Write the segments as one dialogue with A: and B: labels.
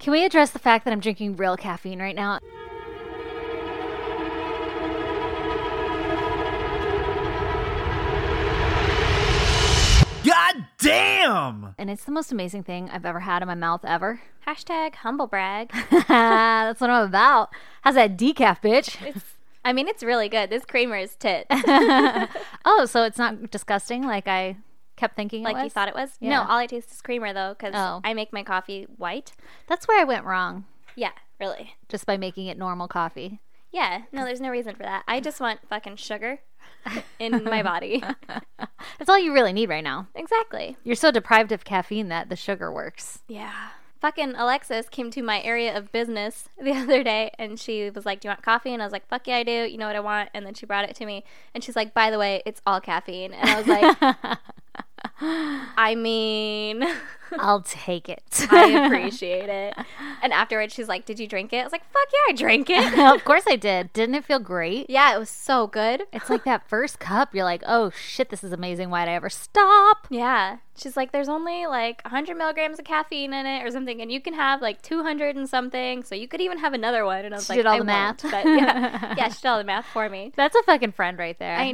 A: Can we address the fact that I'm drinking real caffeine right now?
B: God damn!
A: And it's the most amazing thing I've ever had in my mouth ever.
C: Hashtag humble brag.
A: That's what I'm about. How's that decaf, bitch?
C: It's, I mean, it's really good. This creamer is tit.
A: Oh, so it's not disgusting like I kept thinking
C: like you thought it was. No,
A: Yeah.
C: all I taste is creamer though, because
A: Oh.
C: I make my coffee white.
A: That's where I went wrong,
C: Yeah, really.
A: just by making it normal coffee.
C: Yeah, no, there's no reason for that. I just want fucking sugar in my body.
A: That's all you really need right now.
C: exactly.
A: You're so deprived of caffeine that the sugar works.
C: Yeah. Fucking Alexis came to my area of business the other day and she was like, Do you want coffee? And I was like, Fuck yeah, I do. You know what I want? And then she brought it to me and she's like, By the way, it's all caffeine. And I was like, I mean,
A: I'll take it.
C: I appreciate it. And afterwards, she's like, Did you drink it? I was like, Fuck yeah, I drank it.
A: of course I did. Didn't it feel great?
C: yeah, it was so good.
A: It's like that first cup. You're like, oh shit, this is amazing. Why'd I ever stop?
C: Yeah. She's like, there's only like 100 milligrams of caffeine in it or something, and you can have like 200 and something, so you could even have another one. And I was
A: She
C: like,
A: did all
C: I
A: the math.
C: won't, But yeah, yeah, she did all the math for me.
A: That's a fucking friend right there.
C: I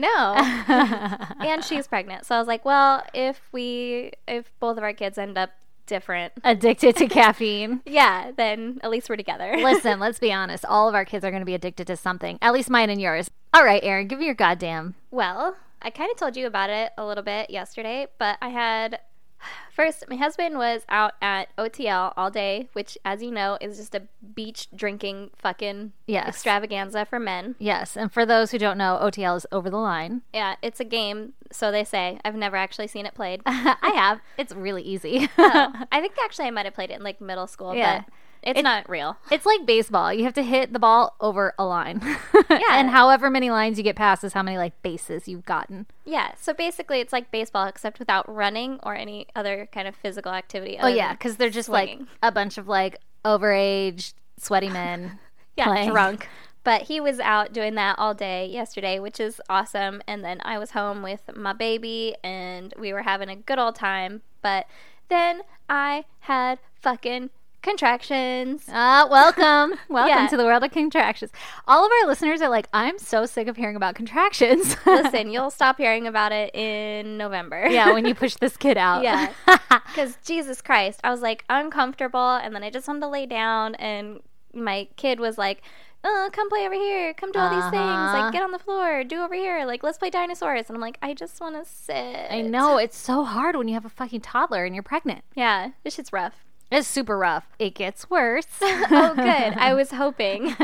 C: know. and she's pregnant. So I was like, well, if we, if both of our kids end up different,
A: Addicted to caffeine.
C: yeah, then at least we're together.
A: Listen, let's be honest. All of our kids are going to be addicted to something. At least mine and yours. All right, Aaron, give me your goddamn.
C: Well, I kind of told you about it a little bit yesterday, but I had first my husband was out at OTL all day, which as you know is just a beach drinking fucking
A: Yes.
C: extravaganza for men.
A: Yes, and for those who don't know, OTL is over the line.
C: Yeah, it's a game, so they say. I've never actually seen it played.
A: I have. It's really easy.
C: Oh, I think actually I might have played it in like middle school,
A: Yeah.
C: but it's not real.
A: it's like baseball. You have to hit the ball over a line. and however many lines you get past is how many like bases you've gotten.
C: Yeah, so basically it's like baseball except without running or any other kind of physical activity.
A: Oh yeah, because they're just
C: swinging.
A: like a bunch of like overage sweaty men.
C: yeah,
A: playing.
C: drunk. But he was out doing that all day yesterday, which is awesome. And then I was home with my baby and we were having a good old time. But then I had fucking contractions.
A: Uh, welcome, welcome
C: Yeah.
A: to the world of contractions. All of our listeners are like, I'm so sick of hearing about contractions.
C: Listen, you'll stop hearing about it in November.
A: yeah, when you push this kid out.
C: Yeah. Because Jesus Christ, I was like uncomfortable, and then I just wanted to lay down, and my kid was like, "Oh, come play over here, come do all these things,
A: Uh-huh.
C: like get on the floor, do over here, like let's play dinosaurs." And I'm like, I just want to sit.
A: I know it's so hard when you have a fucking toddler and you're pregnant.
C: Yeah, this shit's rough.
A: It's super rough. It gets worse.
C: Oh, good. I was hoping.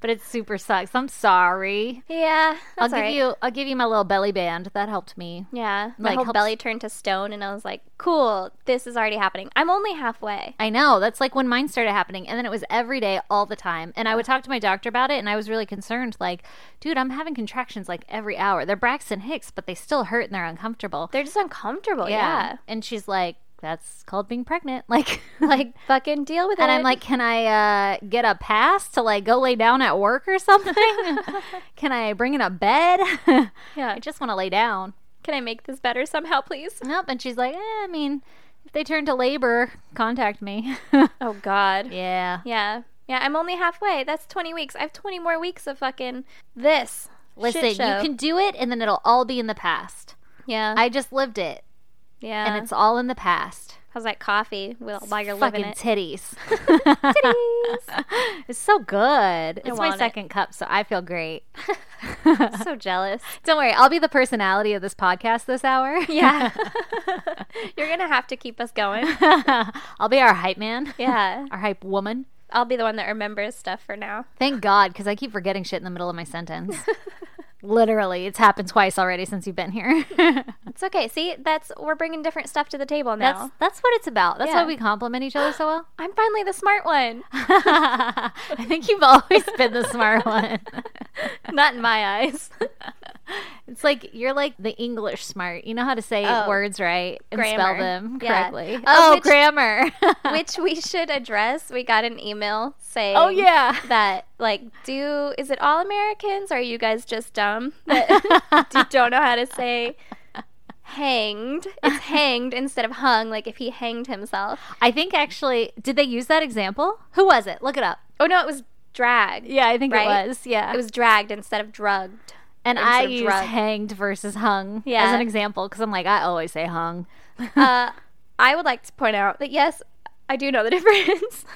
A: but it super sucks. I'm sorry.
C: yeah,
A: I'll
C: that's
A: give
C: all right.
A: you I'll give you my little belly band. That helped me.
C: Yeah, my
A: like,
C: whole
A: helps-
C: belly turned to stone, and I was like, "Cool, this is already happening. I'm only halfway."
A: I know. That's like when mine started happening. And then it was every day, all the time. And I would talk to my doctor about it. And I was really concerned like, dude, I'm having contractions like every hour. They're Braxton Hicks, but they still hurt and they're uncomfortable.
C: They're just uncomfortable. yeah.
A: And she's like, that's called being pregnant. Like,
C: like fucking deal with it.
A: and I'm like, can I uh, get a pass to like go lay down at work or something? can I bring in a bed?
C: Yeah.
A: I just want to lay down.
C: "Can I make this better somehow, please?"
A: Nope. And she's like, eh, I mean, if they turn to labor, contact me.
C: Oh God.
A: yeah.
C: Yeah. Yeah, I'm only halfway. That's 20 weeks. I have 20 more weeks of fucking this.
A: Listen, you
C: shit show.
A: can do it and then it'll all be in the past.
C: Yeah.
A: I just lived it
C: yeah.
A: and it's all in the past.
C: How's that coffee Well, Uh-huh. while you're
A: Fucking
C: living it?
A: titties.
C: Titties.
A: It's so good. It's
C: want
A: my
C: it.
A: second cup, so I feel great.
C: so jealous.
A: Don't worry, I'll be the personality of this podcast this hour.
C: Yeah. you're going to have to keep us going.
A: I'll be our hype man.
C: Yeah.
A: Our hype woman.
C: I'll be the one that remembers stuff for now.
A: Thank God, because I keep forgetting shit in the middle of my sentence. Literally, it's happened twice already since you've been here.
C: It's okay. See, that's we're bringing different stuff to the table now.
A: that's that's what it's about. That's
C: Yeah.
A: why we compliment each other so well.
C: I'm finally the smart one.
A: I think you've always been the smart one.
C: Not in my eyes.
A: It's like you're like the English smart. You know how to say
C: Oh.
A: words right and
C: Grammar.
A: spell them
C: Yeah.
A: correctly.
C: Uh,
A: Oh,
C: which-
A: grammar.
C: Which we should address. We got an email saying
A: oh yeah.
C: that like do is it all Americans or are you guys just dumb that you don't know how to say hanged. It's hanged instead of hung, like if he hanged himself.
A: I think actually, did they use that example? Who was it? Look it up.
C: Oh no, it was dragged.
A: Yeah, I think
C: Right?
A: it was. Yeah,
C: It was dragged instead of drugged.
A: and
C: instead
A: I
C: of
A: use
C: drug.
A: hanged versus hung as
C: Yeah.
A: an example because I'm like, I always say hung.
C: uh, I would like to point out that yes, I do know the difference.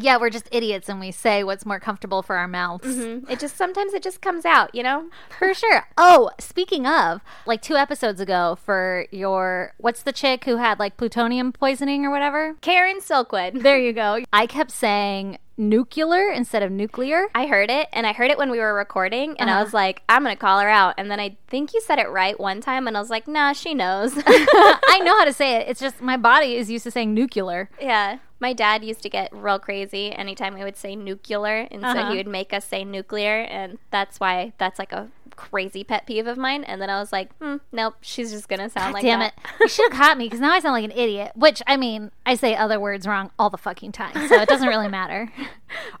A: Yeah, we're just idiots and we say what's more comfortable for our mouths.
C: Mm-hmm. it just sometimes it just comes out, you know.
A: For sure. Oh, speaking of, like two episodes ago for your what's the chick who had like plutonium poisoning or whatever?
C: Karen Silkwood.
A: There you go. I kept saying nuclear instead of nuclear.
C: I heard it, and I heard it when we were recording, and I
A: Uh-huh.
C: was like, I'm gonna call her out. And then I think you said it right one time, and I was like, Nah, she knows.
A: I know how to say it. It's just my body is used to saying nuclear.
C: yeah. My dad used to get real crazy anytime we would say nuclear, and so
A: Uh-huh.
C: he would make us say nuclear, and that's why that's like a crazy pet peeve of mine. And then I was like, hmm, nope, she's just gonna sound like
A: Damn
C: that.
A: it. You should have caught me because now I sound like an idiot, which I mean, I say other words wrong all the fucking time. So it doesn't really matter.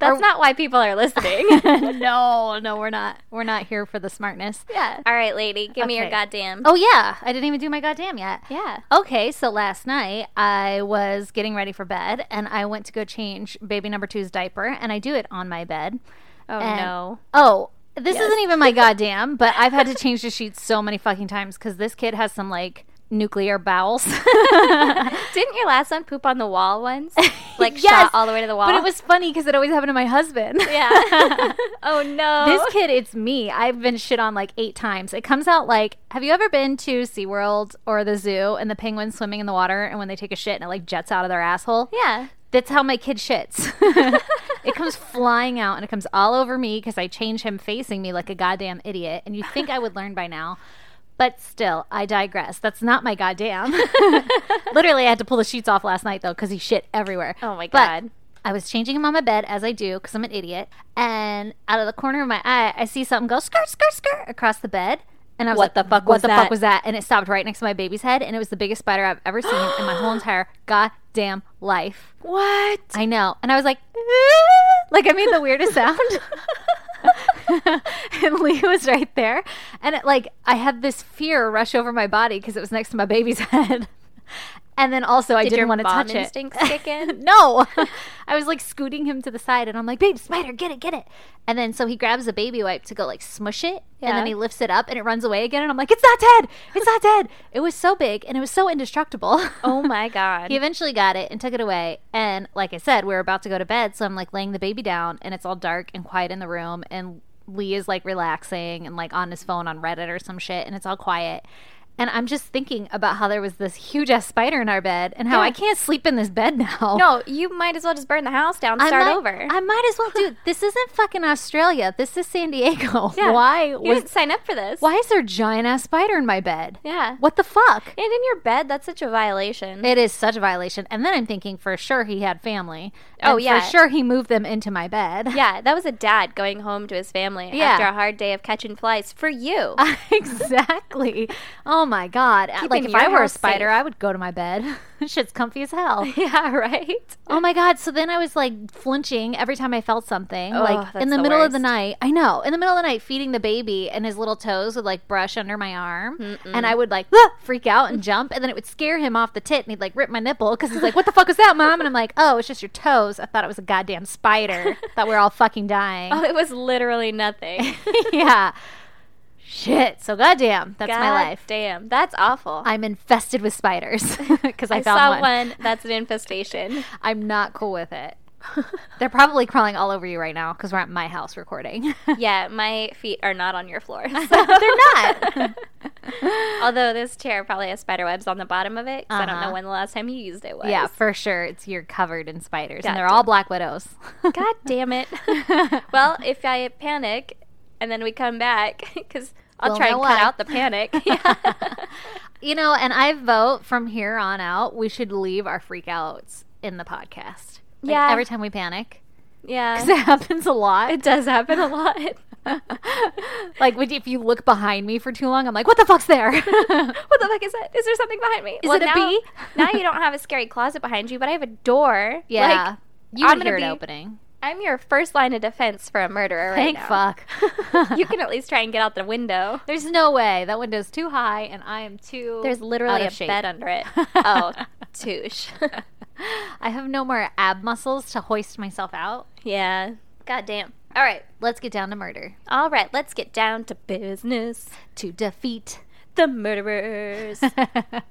C: That's not why people are listening.
A: no, no, we're not. We're not here for the smartness.
C: yeah. All right, lady, give me your
A: Okay.
C: goddamn.
A: Oh, yeah. I didn't even do my goddamn yet.
C: Yeah.
A: Okay, so last night I was getting ready for bed and I went to go change baby number two's diaper and I do it on my bed.
C: Oh
A: And-
C: no.
A: Oh, this isn't even my goddamn, but I've had to change the sheets so many fucking times because this kid has some like nuclear bowels.
C: Didn't your last one poop on the wall once?
A: Yes,
C: Like shot all the way to the wall.
A: But it was funny because it always happened to my husband.
C: yeah. oh no.
A: This kid, it's me. I've been shit on like eight times. It comes out like, have you ever been to SeaWorld or the zoo and the penguins swimming in the water and when they take a shit and it like jets out of their asshole?
C: yeah.
A: That's how my kid shits. it comes flying out and it comes all over me because I change him facing me like a goddamn idiot. And you think I would learn by now. But still, I digress. That's not my goddamn. Literally, I had to pull the sheets off last night though because he shit everywhere.
C: Oh my
A: But
C: God.
A: I was changing him on my bed as I do because I'm an idiot. And out of the corner of my eye, I see something go skirt, skirt, skirt across the bed. And I was
C: What
A: like,
C: the fuck
A: what
C: was
A: the
C: that?"
A: fuck was that? And it stopped right next to my baby's head. And it was the biggest spider I've ever seen in my whole entire goddamn life.
C: What?
A: I know. And I was like, like I made the weirdest sound. and Lee was right there. And it, like I had this fear rush over my body because it was next to my baby's head. And then also I
C: Did your
A: didn't want to
C: mom
A: touch it.
C: instincts kick in?
A: no. I was like scooting him to the side and I'm like, babe, spider, get it, get it. And then so he grabs a baby wipe to go like smush it. And
C: Yeah.
A: then he lifts it up and it runs away again. And I'm like, it's not dead. It's not dead. It was so big and it was so indestructible.
C: Oh my god.
A: He eventually got it and took it away. And like I said, we were about to go to bed, so I'm like laying the baby down, and it's all dark and quiet in the room. And Lee is like relaxing and like on his phone on Reddit or some shit, and it's all quiet. And I'm just thinking about how there was this huge ass spider in our bed, and how
C: Yeah.
A: I can't sleep in this bed now.
C: no, you might as well just burn the house down,
A: I
C: start
A: might-
C: over.
A: I might as well do. This isn't fucking Australia. This is San Diego.
C: Yeah.
A: Why
C: you
A: was?
C: didn't sign up for this.
A: Why is there a giant ass spider in my bed?
C: Yeah.
A: What the fuck?
C: And in your bed, that's such a violation.
A: It is such a violation. And then I'm thinking for sure he had family.
C: Oh,
A: And
C: yeah.
A: For sure he moved them into my bed.
C: yeah, that was a dad going home to his family
A: Yeah.
C: after a hard day of catching flies for you.
A: exactly. Oh my God. like if
C: your
A: I were a
C: house
A: spider,
C: safe.
A: I would go to my bed. Shit's comfy as hell.
C: yeah, right?
A: oh my God. So then I was like flinching every time I felt something.
C: Oh,
A: like
C: that's
A: in the,
C: the
A: middle of the
C: worst.
A: night. I know. In the middle of the night, feeding the baby and his little toes would like brush under my arm. And I would like "Ah!" freak out and jump. And then it would scare him off the tit and he'd like rip my nipple because he's like, what the fuck was that, mom? And I'm like, oh, it's just your toes. I thought it was a goddamn spider. thought we were all fucking dying.
C: Oh, it was literally nothing.
A: yeah. Shit. So goddamn, that's my
C: God
A: life.
C: Damn, that's awful.
A: I'm infested with spiders because I,
C: I
A: found
C: saw
A: one.
C: one. That's an infestation.
A: I'm not cool with it. They're probably crawling all over you right now because we're at my house recording.
C: yeah, my feet are not on your floor. so-
A: They're not.
C: Although this chair probably has spider webs on the bottom of it. 'cause I don't
A: Uh-huh.
C: know when the last time you used it was.
A: yeah, for sure. It's you're covered in spiders, and they're
C: Goddamn.
A: all black widows.
C: God damn it. well, if I panic and then we come back, because I'll
A: We'll
C: try
A: know
C: and
A: why.
C: cut out the panic. Yeah.
A: you know, and I vote from here on out we should leave our freakouts in the podcast. Like,
C: Yeah.
A: every time we panic,
C: yeah.
A: 'Cause it happens a lot.
C: It does happen a lot.
A: like would you- if you look behind me for too long, I'm like, what the fuck's there?
C: What the fuck is that? Is there something behind me?
A: Is it a
C: now,
A: bee?
C: now you don't have a scary closet behind you, but I have a door.
A: yeah,
C: Like,
A: you
C: I'm
A: would
C: gonna
A: hear
C: be-
A: it opening.
C: I'm your first line of defense for a murderer right
A: Thank
C: now.
A: fuck.
C: you can at least try and get out the window.
A: There's no way. That window's too high and I am too.
C: There's literally
A: out
C: a
A: of shape.
C: bed under it. Oh, touche.
A: I have no more ab muscles to hoist myself out.
C: yeah. God damn.
A: All right, let's get down to murder.
C: All right, let's get down to business.
A: To defeat.
C: The murderers. I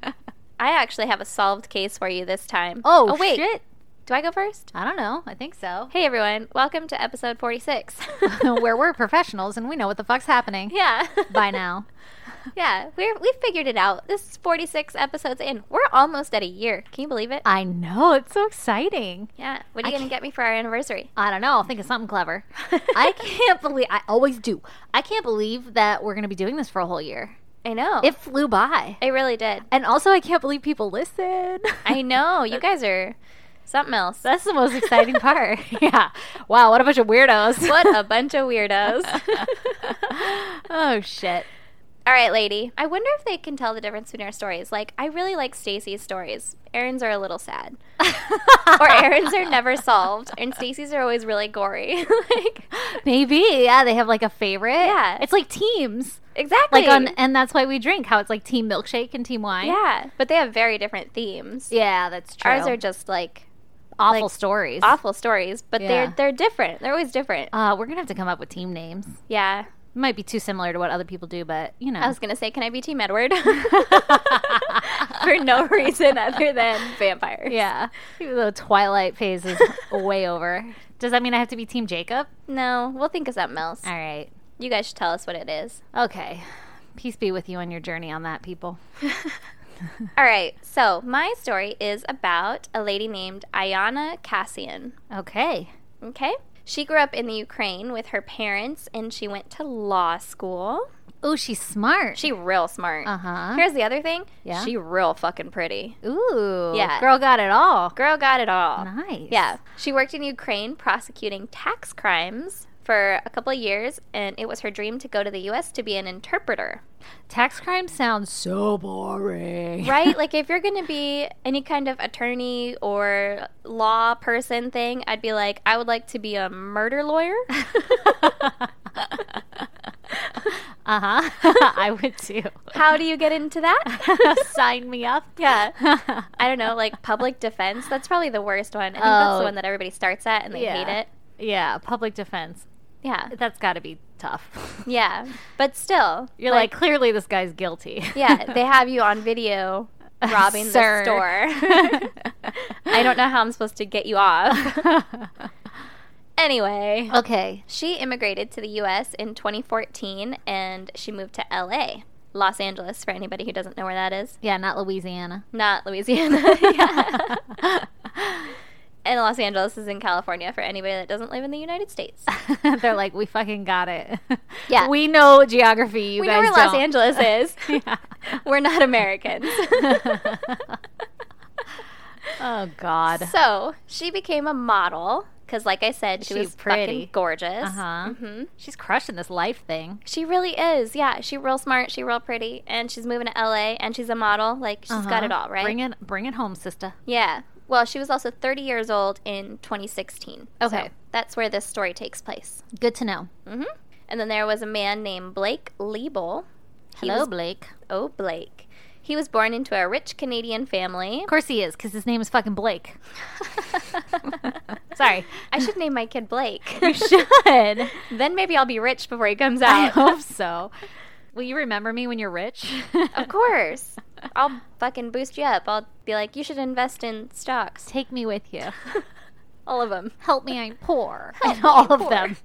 C: actually have a solved case for you this time.
A: Oh,
C: wait.
A: shit.
C: Do I go first?
A: I don't know. I think so.
C: Hey, everyone. Welcome to episode 46.
A: Where we're professionals and we know what the fuck's happening
C: Yeah.
A: by now.
C: Yeah, we're, we figured it out. This is 46 episodes in. We're almost at a year. Can you believe it?
A: I know. It's so exciting.
C: Yeah. What are you
A: I
C: going to get me for our anniversary?
A: I don't know. I'll think of something clever. I can't believe I always do. I can't believe that we're going to be doing this for a whole year.
C: I know.
A: It flew by.
C: I really did.
A: And also, I can't believe people listen.
C: I know. You guys are something else.
A: That's the most exciting part. yeah. Wow. What a bunch of weirdos.
C: what a bunch of weirdos.
A: oh, shit.
C: All right, lady. I wonder if they can tell the difference between our stories. Like, I really like Stacy's stories. Erin's are a little sad. or Erin's are never solved, and Stacy's are always really gory. like,
A: Maybe. Yeah. They have like a favorite.
C: Yeah.
A: It's like teams.
C: exactly.
A: Like on, and that's why we drink. How it's like team milkshake and team wine.
C: yeah, but they have very different themes.
A: Yeah, that's true.
C: Ours are just like
A: awful
C: like,
A: stories.
C: awful stories, but
A: Yeah.
C: they're they're different. They're always different.
A: Uh, we're gonna have to come up with team names.
C: Yeah.
A: It might be too similar to what other people do, but you know.
C: I was gonna say, can I be Team Edward? For no reason other than vampires.
A: yeah, the Twilight phase is way over. Does that mean I have to be Team Jacob?
C: No, we'll think of something else.
A: All right.
C: You guys should tell us what it is.
A: Okay. Peace be with you on your journey on that, people.
C: All right. So my story is about a lady named Ayana Cassian.
A: Okay.
C: Okay. She grew up in the Ukraine with her parents, and she went to law school.
A: Oh, she's smart.
C: She real smart.
A: uh huh.
C: Here's the other thing.
A: Yeah.
C: She real fucking pretty.
A: Ooh.
C: Yeah.
A: Girl got it all.
C: Girl got it all.
A: Nice.
C: Yeah. She worked in Ukraine prosecuting tax crimes for a couple of years, and it was her dream to go to the U.S. to be an interpreter.
A: Tax crime sounds so boring.
C: Right? like, if you're going to be any kind of attorney or law person thing, I'd be like, I would like to be a murder lawyer.
A: Uh huh. I would too.
C: How do you get into that?
A: Sign me up.
C: Yeah. I don't know, like public defense. That's probably the worst one. I think that's
A: Oh.
C: the one that everybody starts at and they
A: Yeah.
C: hate it.
A: Yeah. Public defense.
C: Yeah.
A: That's got to be tough.
C: Yeah. But still,
A: You're like, clearly this guy's guilty.
C: yeah, they have you on video robbing
A: Sir.
C: the store. I don't know how I'm supposed to get you off. Anyway,
A: okay.
C: she immigrated to the US in 2014 and she moved to LA, Los Angeles, for anybody who doesn't know where that is.
A: Yeah, not Louisiana.
C: Not Louisiana. Yeah. and Los Angeles is in California for anybody that doesn't live in the United States.
A: They're like, we fucking got it.
C: Yeah.
A: we know geography. You
C: we know
A: guys
C: where Los Angeles is.
A: Angeles.
C: We're not Americans.
A: oh God.
C: So she became a model because, like I said, she
A: She
C: was
A: pretty.
C: fucking gorgeous. Mm-hmm.
A: Uh huh. She's crushing this life thing.
C: She really is. Yeah, she real smart. She real pretty, and she's moving to LA, and she's a model. Like she's got
A: Uh-huh.
C: it all, right?
A: Bring it, bring it home, sister.
C: yeah. Well, she was also 30 years old in 2016.
A: Okay.
C: So that's where this story takes place.
A: Good to know.
C: hmm And then there was a man named Blake Liebel. He
A: Hello,
C: was-
A: Blake.
C: Oh, Blake. He was born into a rich Canadian family.
A: Of course he is, because his name is fucking Blake. Sorry.
C: I should name my kid Blake.
A: You should.
C: then maybe I'll be rich before he comes
A: I
C: out.
A: hope so. Will you remember me when you're rich?
C: Of course. I'll fucking boost you up. I'll be like, you should invest in stocks.
A: Take me with you.
C: All of them.
A: Help me, I'm poor.
C: Help
A: And
C: me,
A: all
C: I'm
A: of
C: poor.
A: them.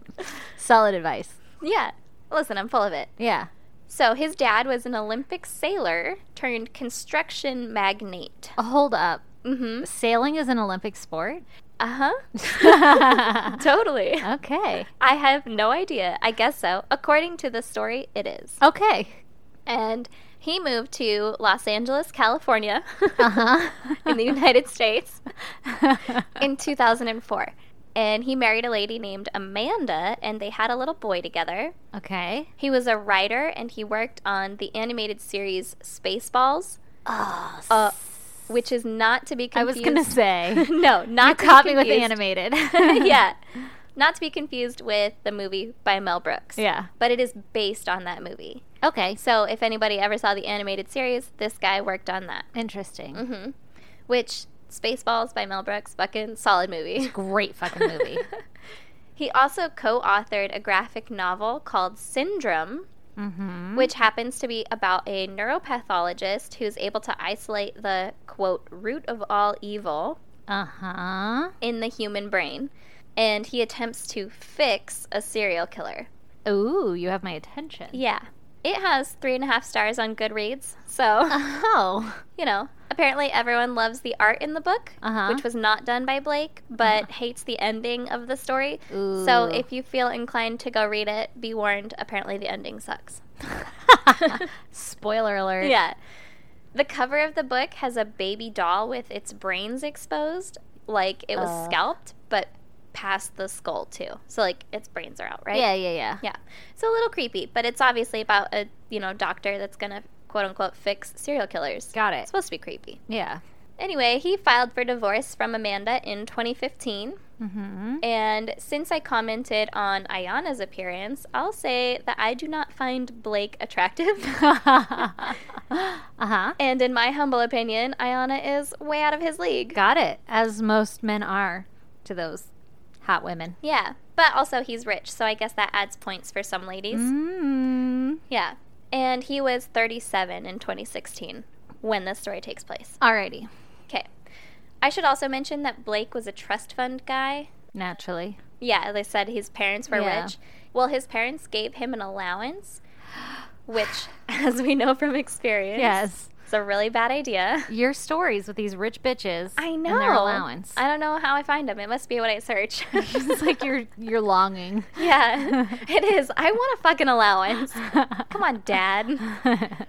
A: Solid advice.
C: Yeah. Listen, I'm full of it.
A: Yeah.
C: So his dad was an Olympic sailor turned construction magnate.
A: Oh, Hold up.
C: Mm-hmm.
A: Sailing is an Olympic sport?
C: Uh-huh. totally.
A: Okay.
C: I have no idea. I guess so. According to the story, it is.
A: Okay.
C: And he moved to Los Angeles, California,
A: Uh
C: in the United States.
A: huh.
C: in 2004. And he married a lady named Amanda, and they had a little boy together.
A: okay.
C: He was a writer, and he worked on the animated series Spaceballs,
A: Oh,
C: uh, which is not to be
A: I
C: confused.
A: was going to say.
C: no, not
A: you
C: to be
A: caught me with the
C: confused-
A: animated.
C: yeah, Not to be confused with the movie by Mel Brooks.
A: Yeah.
C: But it is based on that movie.
A: Okay.
C: So if anybody ever saw the animated series, this guy worked on that.
A: Interesting.
C: hmm Which Spaceballs by Mel Brooks, fucking solid movie.
A: Great fucking movie.
C: he also co-authored a graphic novel called Syndrome,
A: mm-hmm.
C: which happens to be about a neuropathologist who's able to isolate the quote root of all evil
A: Uh huh.
C: in the human brain, and he attempts to fix a serial killer.
A: Ooh, you have my attention.
C: Yeah. It has three and a half stars on Goodreads, so
A: Oh.
C: you know. Apparently, everyone loves the art in the book,
A: Uh-huh.
C: which was not done by Blake, but hates the ending of the story. So,
A: Ooh.
C: if you feel inclined to go read it, be warned. Apparently, the ending sucks.
A: Spoiler alert.
C: Yeah. The cover of the book has a baby doll with its brains exposed, like it was
A: Uh.
C: scalped, but past the skull too. So like its brains are out, right?
A: Yeah, yeah, yeah.
C: Yeah. It's a little creepy, but it's obviously about a, you know, doctor that's going to quote unquote fix serial killers.
A: Got it.
C: It's supposed to be creepy.
A: Yeah.
C: Anyway, he filed for divorce from Amanda in 2015.
A: Mm-hmm.
C: And since I commented on Ayana's appearance, I'll say that I do not find Blake attractive.
A: uh huh.
C: And in my humble opinion, Ayana is way out of his league.
A: Got it. As most men are to those hot women.
C: Yeah. But also, he's rich, so I guess that adds points for some ladies.
A: Mm-hmm. Mm.
C: Yeah. And he was 37 in 2016 when this story takes place.
A: Alrighty.
C: Okay. I should also mention that Blake was a trust fund guy.
A: Naturally.
C: Yeah, as I said, his parents were
A: Yeah.
C: rich. Well, his parents gave him an allowance, which, as we know from experience,
A: Yes.
C: is a really bad idea.
A: Your stories with these rich bitches.
C: I know.
A: And their allowance.
C: I don't know how I find him. It must be what I search.
A: it's like your your longing.
C: Yeah, it is. I want a fucking allowance. Come on, Dad.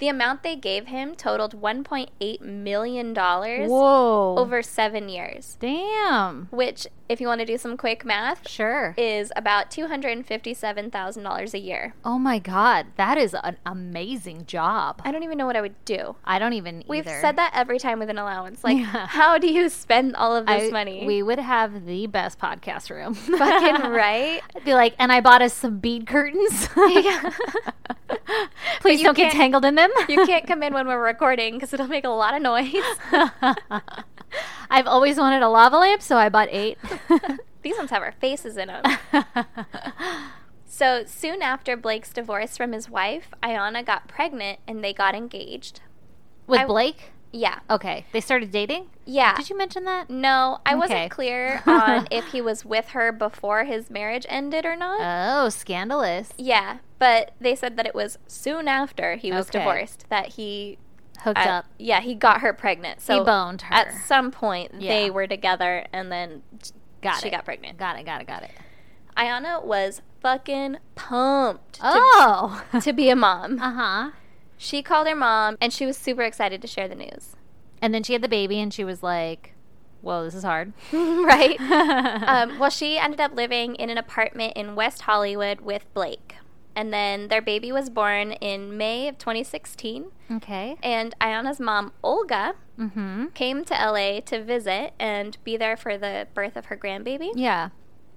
C: The amount they gave him totaled $1.8 million
A: Whoa.
C: over seven years,
A: Damn.
C: which, if you want to do some quick math,
A: Sure.
C: is about $257,000 a year.
A: oh my god, that is an amazing job.
C: I don't even know what I would do.
A: I don't even
C: We've
A: either.
C: said that every time with an allowance. Like,
A: Yeah.
C: how do you spend all of
A: I-
C: this money?
A: We would have the best podcast room.
C: fucking right.
A: I'd be like, and I bought us some bead curtains. Please
C: you
A: don't get
C: can't-
A: tangled in them.
C: You can't come in when we're recording because it'll make a lot of noise.
A: I've always wanted a lava lamp, so I bought eight.
C: These ones have our faces in them. So soon after Blake's divorce from his wife, Ayana got pregnant and they got engaged.
A: With
C: I-
A: Blake?
C: Yeah.
A: Okay. They started dating?
C: Yeah.
A: Did you mention that?
C: no, I
A: Okay.
C: wasn't clear on if he was with her before his marriage ended or not.
A: Oh, scandalous.
C: yeah, but they said that it was soon after he was
A: Okay.
C: divorced that he
A: Hooked
C: uh,
A: up.
C: yeah, he got her pregnant. So
A: he boned her.
C: at some point
A: Yeah.
C: they were together and then
A: got
C: she
A: it.
C: got pregnant.
A: Got it. Got it. Got it.
C: Ayana was fucking pumped to-
A: Oh.
C: to be a mom.
A: uh huh.
C: She called her mom and she was super excited to share the news.
A: And then she had the baby, and she was like, "Whoa, this is hard."
C: right? um, well, she ended up living in an apartment in West Hollywood with Blake. And then their baby was born in May of 2016.
A: okay.
C: And Ayana's mom, Olga,
A: Mm-hmm.
C: came to LA to visit and be there for the birth of her grandbaby.
A: Yeah.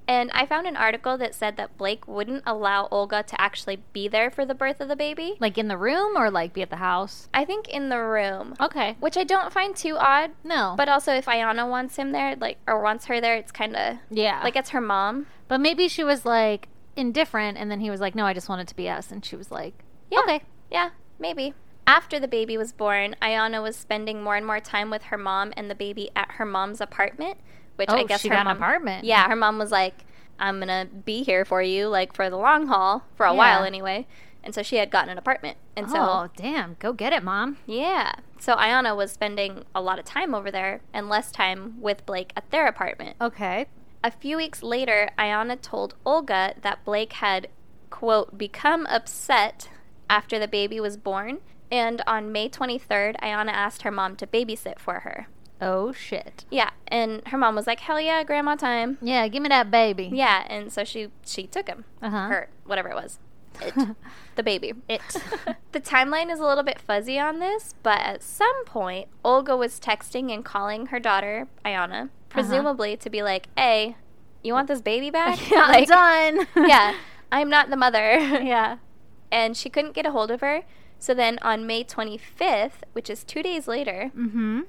C: And I found an article that said that Blake wouldn't allow Olga to actually be there for the birth of the baby.
A: Like in the room, or like be at the house.
C: I think in the room,
A: Okay.
C: which I don't find too odd.
A: No.
C: But also, if Ayana wants him there, like, or wants her there, it's kind of
A: yeah.
C: like it's her mom.
A: but maybe she was like indifferent, and then he was like, "No, I just want it to be us," and she was like,
C: Yeah.
A: "Okay."
C: Yeah, maybe. After the baby was born, Ayana was spending more and more time with her mom and the baby at her mom's apartment, which I
A: Oh,
C: guess
A: she
C: her
A: got
C: mom,
A: an apartment.
C: Yeah, her mom was like, "I'm gonna be here for you, like for the long haul, for a
A: Yeah.
C: while anyway." And so she had gotten an apartment, and
A: oh,
C: so
A: damn! Go get it, mom.
C: yeah, so Ayana was spending a lot of time over there and less time with Blake at their apartment.
A: Okay.
C: A few weeks later, Ayana told Olga that Blake had, quote, become upset after the baby was born. And on May 23rd, Ayana asked her mom to babysit for her.
A: Oh shit.
C: Yeah, and her mom was like, hell yeah, grandma time.
A: Yeah, give me that baby.
C: Yeah, and so she, she took him,
A: Uh-huh.
C: her, whatever it was, it, the baby.
A: It.
C: the timeline is a little bit fuzzy on this, but at some point,
A: Uh-huh.
C: Olga was texting and calling her daughter, Ayana, presumably to be like, hey, you want this baby back?
A: Yeah,
C: Like,
A: I'm done.
C: yeah, I'm not the mother.
A: yeah.
C: And she couldn't get a hold of her. So then on May 25th, which is two days later,
A: Mm-hmm.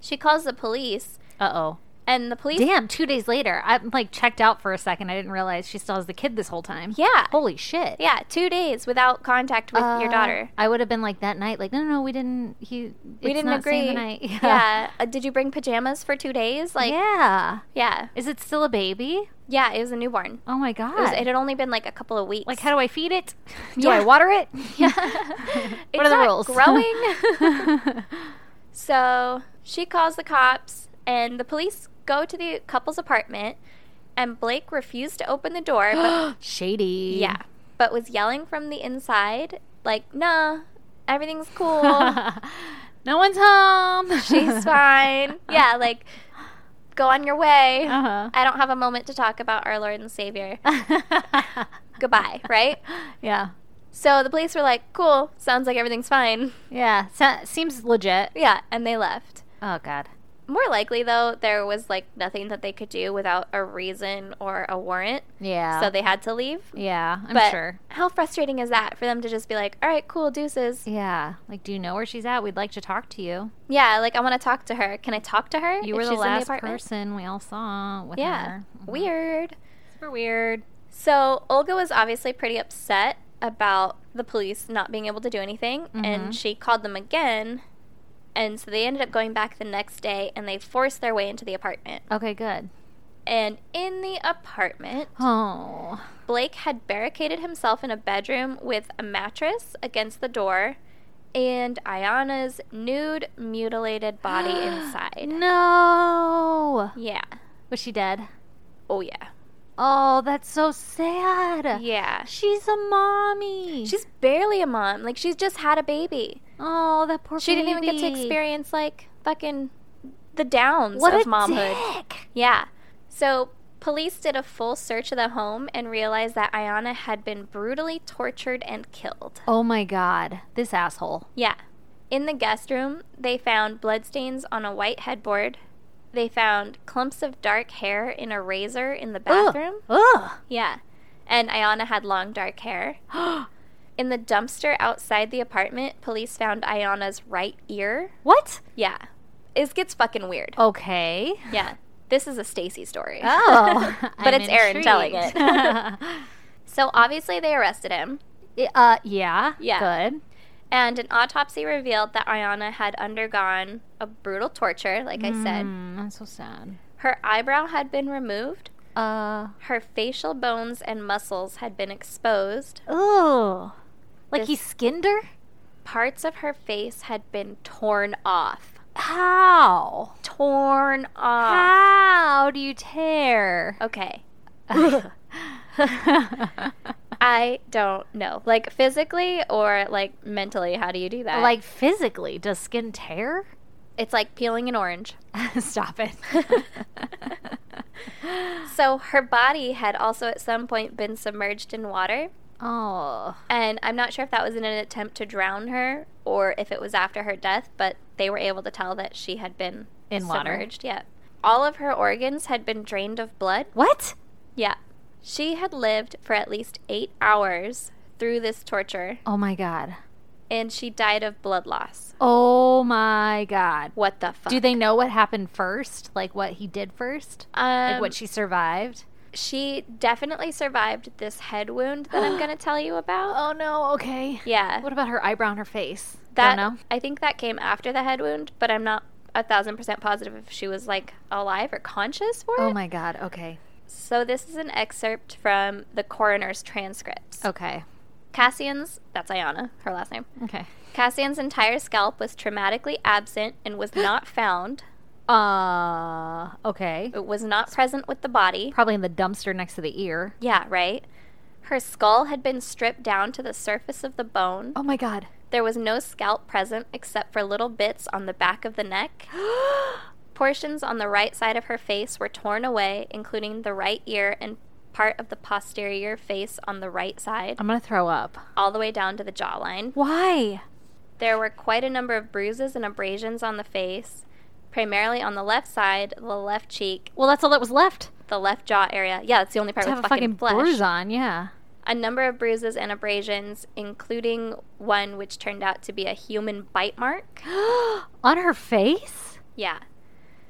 C: she calls the police.
A: Uh oh.
C: And the police.
A: Damn. Two days later, I'm like checked out for a second. I didn't realize she still has the kid this whole time.
C: Yeah.
A: Holy shit.
C: Yeah, two days without contact with your
A: Uh,
C: daughter.
A: I would have been like that night, like, no, no, no we didn't. He,
C: We didn't agree.
A: Night.
C: Yeah. Uh, did you bring pajamas for two days? Like, yeah.
A: yeah.
C: Yeah,
A: Is it still a baby?
C: it was a newborn.
A: Oh my
C: It, was,
A: god.
C: it had only been like a couple of weeks.
A: like, how do I feed it? Do
C: Yeah.
A: I water it?
C: Yeah.
A: What
C: It's
A: are the
C: not
A: rules?
C: Growing. so she calls the cops, and the police go to the couple's apartment, and Blake refused to open the door. But,
A: Shady.
C: yeah, but was yelling from the inside, like, "Nah, everything's cool.
A: no one's home.
C: She's fine. Yeah, like, go on your way.
A: Uh
C: I don't have a moment to talk about our Lord and Savior.
A: huh.
C: Goodbye." Right.
A: yeah.
C: So the police were like, "Cool, sounds like everything's fine."
A: Yeah. So, seems legit.
C: Yeah, and they left.
A: Oh god.
C: More likely, though, there was like nothing that they could do without a reason or a warrant,
A: Yeah.
C: so they had to leave.
A: yeah. I'm
C: but
A: sure.
C: how frustrating is that for them to just be like, "All right, cool, deuces."
A: Yeah. Like, do you know where she's at? We'd like to talk to you.
C: Yeah, like I want to talk to her. Can I talk to her?
A: You
C: if
A: were the
C: she's in
A: last
C: apartment?"
A: person we all saw with
C: Yeah,
A: her. Mm-hmm.
C: weird.
A: Super weird.
C: So Olga was obviously pretty upset about the police not being able to do anything,
A: Mm-hmm.
C: and she called them again. And so they ended up going back the next day, and they forced their way into the apartment.
A: Okay, good.
C: And in the apartment,
A: Oh.
C: Blake had barricaded himself in a bedroom with a mattress against the door and Ayana's nude, mutilated body inside.
A: No.
C: Yeah.
A: Was she dead?
C: Oh, yeah.
A: Oh, that's so sad.
C: Yeah.
A: She's a mommy.
C: She's barely a mom. Like, she's just had a baby.
A: oh, that poor.
C: She didn't even get to
A: baby.
C: experience, like, fucking the downs
A: what
C: of
A: a
C: momhood.
A: dick.
C: Yeah. So, police did a full search of the home and realized that Ayana had been brutally tortured and killed.
A: Oh my god, this asshole.
C: Yeah. In the guest room, they found bloodstains on a white headboard. They found clumps of dark hair in a razor in the bathroom.
A: Ugh.
C: Yeah. And Ayana had long dark hair.
A: Ugh.
C: In the dumpster outside the apartment, police found Ayana's right ear.
A: what?
C: Yeah. It gets fucking weird.
A: Okay.
C: Yeah. This is a Stacy story.
A: Oh,
C: But
A: I'm
C: it's Aaron telling
A: intrigued.
C: So obviously they arrested him.
A: I- uh, yeah.
C: Yeah.
A: Good.
C: And an autopsy revealed that Ayana had undergone a brutal torture, like I said.
A: Mm, that's so sad.
C: Her eyebrow had been removed.
A: Uh.
C: Her facial bones and muscles had been exposed.
A: Ugh. Like
C: This-
A: he skinned her?
C: Parts of her face had been torn off.
A: How?
C: Torn off.
A: How do you tear?
C: Okay. I don't know. Like physically or like mentally, how do you do that?
A: like physically, does skin tear?
C: it's like peeling an orange.
A: Stop it.
C: So her body had also at some point been submerged in water.
A: oh.
C: And I'm not sure if that was in an attempt to drown her or if it was after her death, but they were able to tell that she had been
A: In water.
C: submerged. Yeah. All of her organs had been drained of blood.
A: What?
C: Yeah. She had lived for at least eight hours through this torture,
A: Oh my god.
C: and she died of blood loss.
A: Oh my god.
C: What the fuck?
A: Do they know what happened first? Like what he did first?
C: Um,
A: like what she survived?
C: she definitely survived this head wound that I'm going to tell you about.
A: Oh no, okay.
C: Yeah.
A: What about her eyebrow and her face?
C: That
A: Don't know.
C: I think that came after the head wound, but I'm not a thousand percent positive if she was like alive or conscious for
A: Oh
C: it.
A: my god, okay.
C: So this is an excerpt from the coroner's transcripts.
A: Okay.
C: Cassian's that's Ayana, her last name.
A: Okay.
C: Cassian's entire scalp was traumatically absent and was not found.
A: Uh okay.
C: It was not present with the body.
A: Probably in the dumpster next to the ear.
C: Yeah, right. Her skull had been stripped down to the surface of the bone.
A: Oh my god.
C: There was no scalp present except for little bits on the back of the neck. Portions on the right side of her face were torn away, including the right ear and part of the posterior face on the right side,
A: I'm gonna throw up.
C: all the way down to the jawline.
A: Why?
C: There were quite a number of bruises and abrasions on the face, primarily on the left side, the left cheek.
A: Well, that's all that was left.
C: the left jaw area. Yeah, that's the only part
A: To
C: with
A: have a fucking
C: fucking, flesh.
A: bruise on, yeah.
C: A number of bruises and abrasions, including one which turned out to be a human bite mark.
A: on her face?
C: Yeah.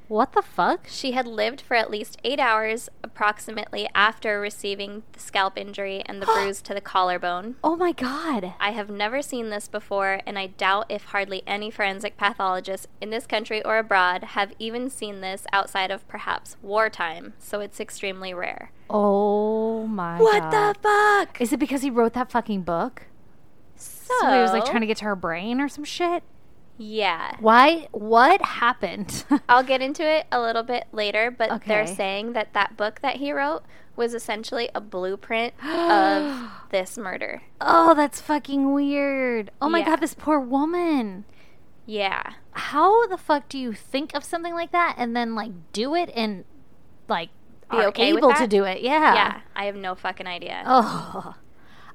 A: What the fuck?
C: She had lived for at least eight hours approximately after receiving the scalp injury and the bruise to the collarbone.
A: Oh my god.
C: I have never seen this before, and I doubt if hardly any forensic pathologists in this country or abroad have even seen this outside of perhaps wartime, so it's extremely rare.
A: Oh my god.
C: fuck?
A: Is it because he wrote that fucking book?
C: So,
A: So he was like trying to get to her brain or some shit?
C: Yeah.
A: Why? What happened?
C: I'll get into it a little bit later, but they're
A: Okay.
C: saying that that book that he wrote was essentially a blueprint of this murder.
A: oh, that's fucking weird. Oh my
C: Yeah.
A: god, this poor woman.
C: Yeah.
A: How the fuck do you think of something like that and then like do it and like
C: Be
A: are
C: okay with
A: able to
C: that?
A: do it? Yeah.
C: Yeah, I have no fucking idea.
A: Oh.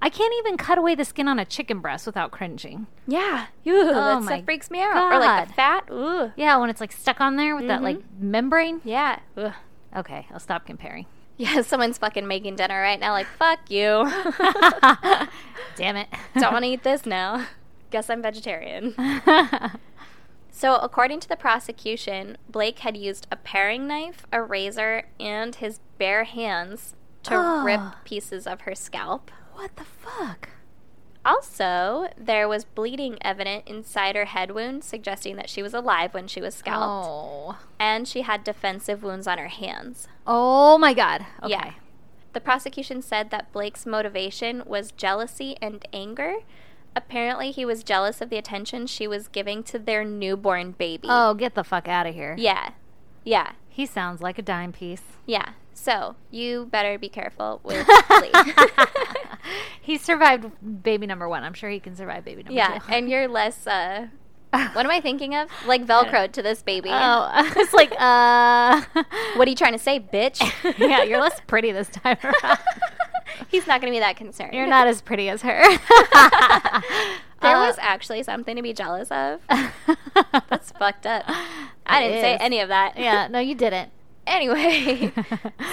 A: I can't even cut away the skin on a chicken breast without cringing.
C: Yeah.
A: Oh
C: that
A: my
C: stuff freaks me out. Or like the
A: God.
C: fat. Ooh.
A: Yeah, when it's like stuck on there with that like
C: Mm-hmm.
A: membrane.
C: Yeah. Ugh.
A: Okay, I'll stop comparing.
C: Yeah, someone's fucking making dinner right now. Like, fuck you.
A: Damn it.
C: Don't want to eat this now. Guess I'm vegetarian. So, according to the prosecution, Blake had used a paring knife, a razor, and his bare hands to
A: Oh.
C: rip pieces of her scalp.
A: what the fuck?
C: Also, there was bleeding evident inside her head wound, suggesting that she was alive when she was scalped.
A: Oh.
C: And she had defensive wounds on her hands.
A: Oh my god. Okay.
C: Yeah. The prosecution said that Blake's motivation was jealousy and anger. Apparently, he was jealous of the attention she was giving to their newborn baby.
A: Oh, get the fuck out of here.
C: Yeah. Yeah.
A: He sounds like a dime piece.
C: Yeah. So, you better be careful with Blake.
A: He survived baby number one. I'm sure he can survive baby number
C: yeah.
A: two.
C: And you're less, uh, what am I thinking of? Like Velcro to this baby.
A: Oh, I was like, uh.
C: What are you trying to say, bitch?
A: yeah, you're less pretty this time around.
C: He's not going to be that concerned.
A: You're not as pretty as her.
C: There
A: Uh,
C: was actually something to be jealous of. That's fucked up. I
A: It
C: didn't say
A: is.
C: any of that.
A: yeah, no, you didn't.
C: Anyway,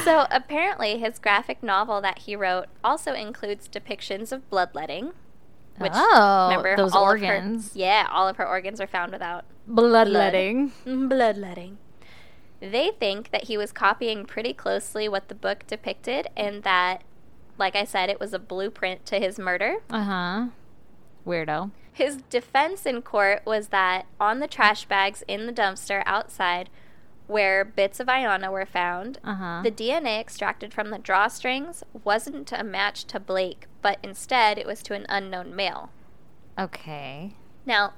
C: so apparently his graphic novel that he wrote also includes depictions of bloodletting. Which
A: oh,
C: remember
A: those
C: all of her-
A: organs.
C: yeah, all of her organs are found without
A: Bloodletting.
C: bloodletting. They think that he was copying pretty closely what the book depicted and that like I said it was a blueprint to his murder.
A: Uh huh. Weirdo.
C: His defense in court was that on the trash bags in the dumpster outside where bits of Iona were found,
A: Uh huh.
C: the DNA extracted from the drawstrings wasn't a match to Blake, but instead it was to an unknown male.
A: Okay.
C: Now,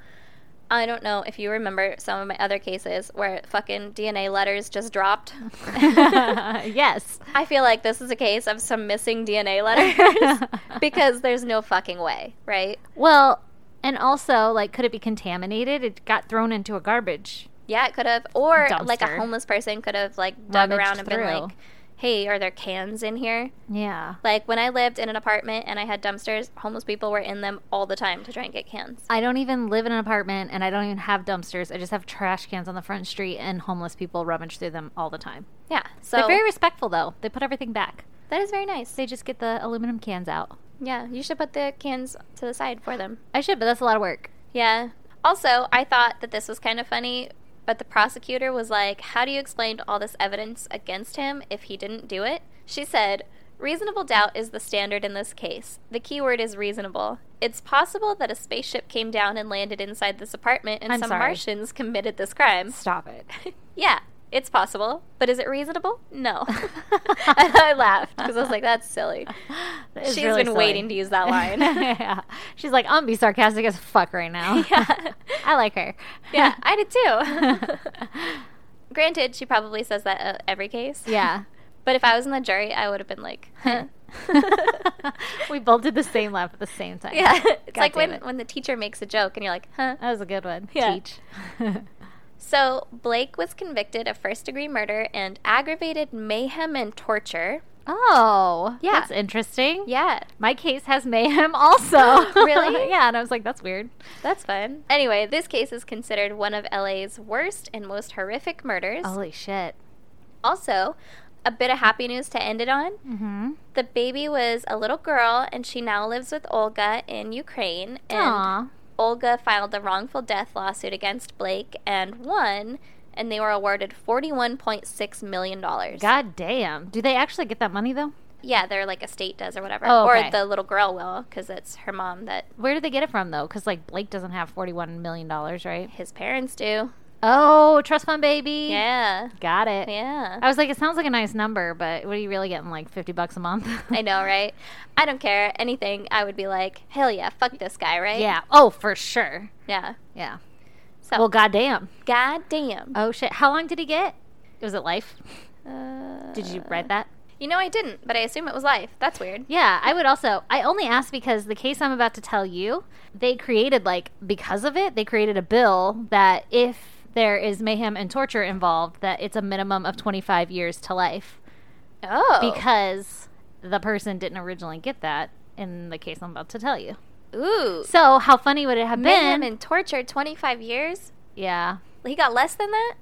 C: I don't know if you remember some of my other cases where fucking DNA letters just dropped.
A: yes.
C: I feel like this is a case of some missing DNA letters because there's no fucking way, right?
A: Well, and also, like, could it be contaminated? It got thrown into a garbage.
C: Yeah, it could have. Or like a
A: Dumpster.
C: homeless person could have like dug
A: Rummaged
C: around and been
A: through.
C: like, "Hey, are there cans in here?"
A: Yeah.
C: Like when I lived in an apartment and I had dumpsters, homeless people were in them all the time to try and get cans.
A: I don't even live in an apartment and I don't even have dumpsters. I just have trash cans on the front street and homeless people rummage through them all the time.
C: Yeah, so
A: They're very respectful though. They put everything back.
C: that is very nice.
A: They just get the aluminum cans out.
C: Yeah, you should put the cans to the side for them.
A: I should, but that's a lot of work.
C: Yeah. Also, I thought that this was kind of funny, but the prosecutor was like, How do you explain all this evidence against him if he didn't do it? She said, Reasonable doubt is the standard in this case. The key word is reasonable. It's possible that a spaceship came down and landed inside this apartment and
A: I'm
C: some
A: sorry.
C: Martians committed this crime.
A: Stop it.
C: Yeah, it's possible, but is it reasonable? No. and I laughed because I was like, That's silly.
A: She's
C: She's been waiting to use that line.
A: yeah. She's like, I'm gonna be sarcastic as fuck right now.
C: yeah.
A: I like her.
C: Yeah, I did too. Granted, she probably says that uh, every case.
A: yeah.
C: But if I was in the jury, I would have been like, huh.
A: we both did the same laugh at the same time.
C: yeah. It's
A: God
C: like
A: damn
C: when,
A: it. Oh.
C: when the teacher makes a joke and you're like, huh.
A: That was a good one.
C: Yeah.
A: Teach.
C: So Blake was convicted of first degree murder and aggravated mayhem and torture.
A: oh.
C: Yeah.
A: That's interesting.
C: Yeah,
A: My case has mayhem also.
C: Really?
A: yeah, and I was like, that's weird.
C: that's fun. Anyway, this case is considered one of LA's worst and most horrific murders.
A: Holy shit.
C: Also, a bit of happy news to end it on.
A: Mm-hmm.
C: The baby was a little girl, and she now lives with Olga in Ukraine. And
A: Aw.
C: Olga filed the wrongful death lawsuit against Blake and won, and they were awarded $41.6 million.
A: God damn. Do they actually get that money though?
C: Yeah, they're like a state does or whatever.
A: Oh, okay.
C: Or the little girl will, because it's her mom that
A: Where did they get it from though? Because like Blake doesn't have forty-one million dollars, right?
C: his parents do.
A: Oh, trust fund baby.
C: Yeah.
A: Got it.
C: Yeah.
A: I was like, it sounds like a nice number, but what are you really getting? Like fifty bucks a month?
C: I know, right? I don't care anything. I would be like, hell yeah, fuck this guy, right?
A: yeah. Oh, for sure.
C: Yeah.
A: Yeah.
C: So,
A: Well, goddamn.
C: god damn.
A: Oh shit. How long did he get? Was it life?
C: Uh,
A: Did you read that?
C: You know, I didn't, but I assume it was life. That's weird.
A: Yeah, I would also. I only asked because the case I'm about to tell you, they created, like, because of it, they created a bill that if there is mayhem and torture involved, that it's a minimum of 25 years to life
C: Oh.
A: because the person didn't originally get that in the case I'm about to tell you.
C: ooh.
A: So, how funny would it have
C: Mayhem
A: been?
C: and torture 25 years?
A: yeah.
C: He got less than that?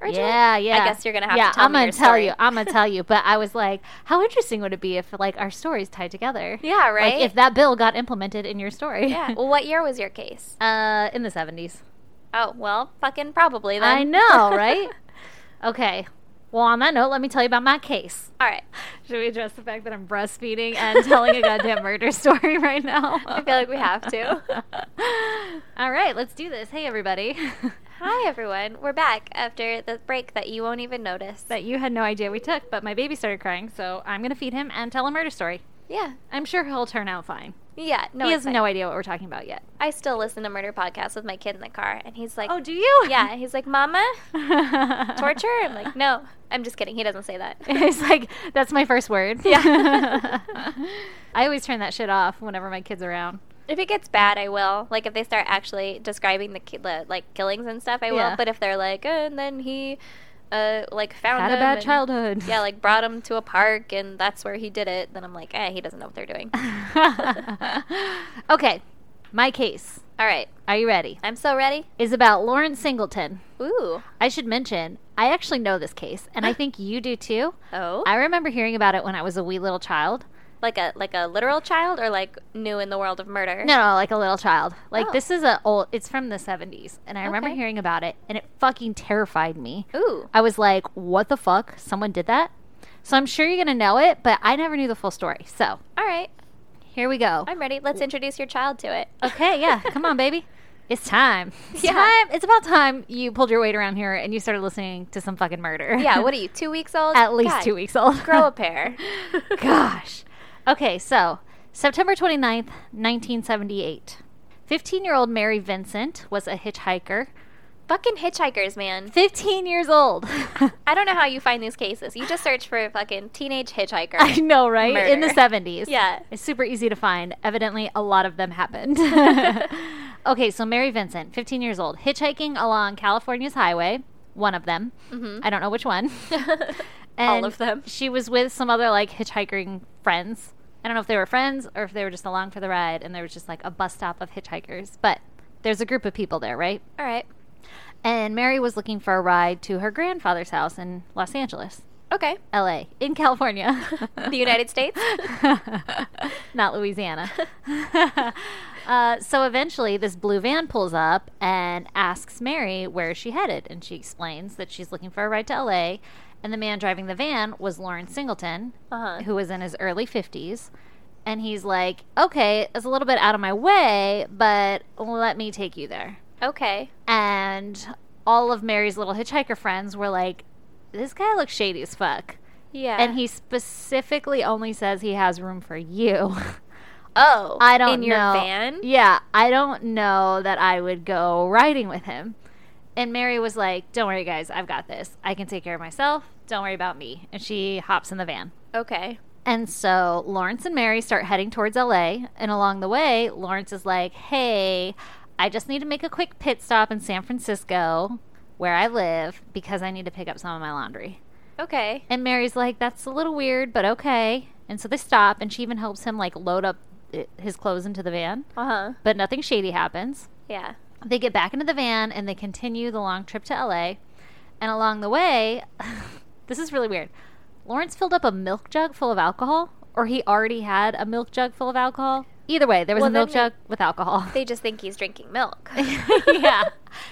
C: Originally?
A: Yeah, yeah.
C: I guess you're going to have
A: yeah,
C: to tell
A: I'm
C: me
A: gonna
C: your
A: tell
C: story.
A: you. I'm gonna tell you. But I was like, how interesting would it be if like our stories tied together?
C: Yeah, right?
A: Like if that bill got implemented in your story.
C: yeah. Well, what year was your case?
A: Uh, in the 70s.
C: Oh, well, fucking probably then.
A: I know, right? Okay. Well, on that note, let me tell you about my case.
C: All right.
A: Should we address the fact that I'm breastfeeding and telling a goddamn murder story right now?
C: I feel like we have to.
A: All right, let's do this. Hey, everybody.
C: Hi, everyone. We're back after the break that you won't even notice.
A: That you had no idea we took, but my baby started crying, so I'm going to feed him and tell a murder story.
C: yeah.
A: I'm sure he'll turn out fine.
C: Yeah. No,
A: he
C: it's
A: has
C: fine.
A: no idea what we're talking about yet.
C: I still listen to murder podcasts with my kid in the car, and he's like,
A: Oh, do you?
C: yeah. He's like, Mama, torture? I'm like, no. I'm just kidding. He doesn't say that.
A: It's like that's my first word.
C: Yeah.
A: I always turn that shit off whenever my kids are around.
C: if it gets bad, I will. Like if they start actually describing the, ki- the like killings and stuff, I will.
A: Yeah.
C: But if they're like, "Uh, and then he, uh, like found
A: Had a
C: him
A: bad
C: and-
A: childhood.
C: Yeah, like brought him to a park, and that's where he did it. Then I'm like, eh, he doesn't know what they're doing.
A: okay, my case.
C: All right,
A: Are you ready?
C: I'm so ready.
A: Is about Lawrence Singleton.
C: Ooh,
A: I should mention, I actually know this case, and I think you do too.
C: oh,
A: I remember hearing about it when I was a wee little child.
C: like a like a literal child, or like new in the world of murder.
A: No, no, like a little child. Like
C: Oh.
A: this is a old. It's from the '70s, and I remember
C: Okay.
A: hearing about it, and it fucking terrified me.
C: Ooh,
A: I was like, what the fuck? Someone did that? So I'm sure you're going to know it, but I never knew the full story. So
C: all right,
A: here we go.
C: I'm ready. Let's introduce your child to it.
A: Okay, yeah. Come on, baby. It's time. It's
C: Yeah.
A: time. It's about time you pulled your weight around here and you started listening to some fucking murder.
C: yeah, what are you? Two weeks old?
A: At least
C: God,
A: two weeks old.
C: Grow a pair.
A: Gosh. Okay, so September 29th, 1978. 15 year old Mary Vincent was a hitchhiker.
C: Fucking hitchhikers, man.
A: 15 years old.
C: I don't know how you find these cases. You just search for fucking teenage hitchhiker.
A: I know, right? In the
C: Murder.
A: 70s.
C: yeah.
A: It's super easy to find. Evidently, a lot of them happened. okay, so Mary Vincent, 15 years old, hitchhiking along California's highway, one of them. I don't know which one.
C: Mm-hmm. All
A: And
C: of them.
A: She was with some other like hitchhiking friends. I don't know if they were friends or if they were just along for the ride and there was just like a bus stop of hitchhikers, but there's a group of people there, right?
C: All right.
A: And Mary was looking for a ride to her grandfather's house in Los Angeles,
C: Okay.
A: LA, in California.
C: The United States?
A: not Louisiana. uh, so eventually, this blue van pulls up and asks Mary where she headed, and she explains that she's looking for a ride to LA. And the man driving the van was Lawrence Singleton,
C: Uh-huh.
A: who was in his early fifties. And he's like, "Okay, it's a little bit out of my way, but let me take you there."
C: Okay.
A: And all of Mary's little hitchhiker friends were like, "This guy looks shady as fuck."
C: Yeah.
A: And he specifically only says he has room for you.
C: Oh.
A: I don't
C: In your
A: know.
C: van?
A: Yeah, I don't know that I would go riding with him. And Mary was like, "Don't worry, guys, I've got this. I can take care of myself. Don't worry about me." And she hops in the van.
C: Okay.
A: And so Lawrence and Mary start heading towards LA. And along the way, Lawrence is like, Hey, I just need to make a quick pit stop in San Francisco, where I live, because I need to pick up some of my laundry.
C: Okay.
A: And Mary's like, That's a little weird, but okay. And so they stop, and she even helps him like load up i- his clothes into the van.
C: Uh huh.
A: But nothing shady happens.
C: Yeah.
A: They get back into the van and they continue the long trip to LA. And along the way, this is really weird. Lawrence filled up a milk jug full of alcohol, or he already had a milk jug full of alcohol. Either way, there was
C: Well,
A: a milk
C: then they-
A: jug with alcohol.
C: They just think he's drinking milk.
A: yeah,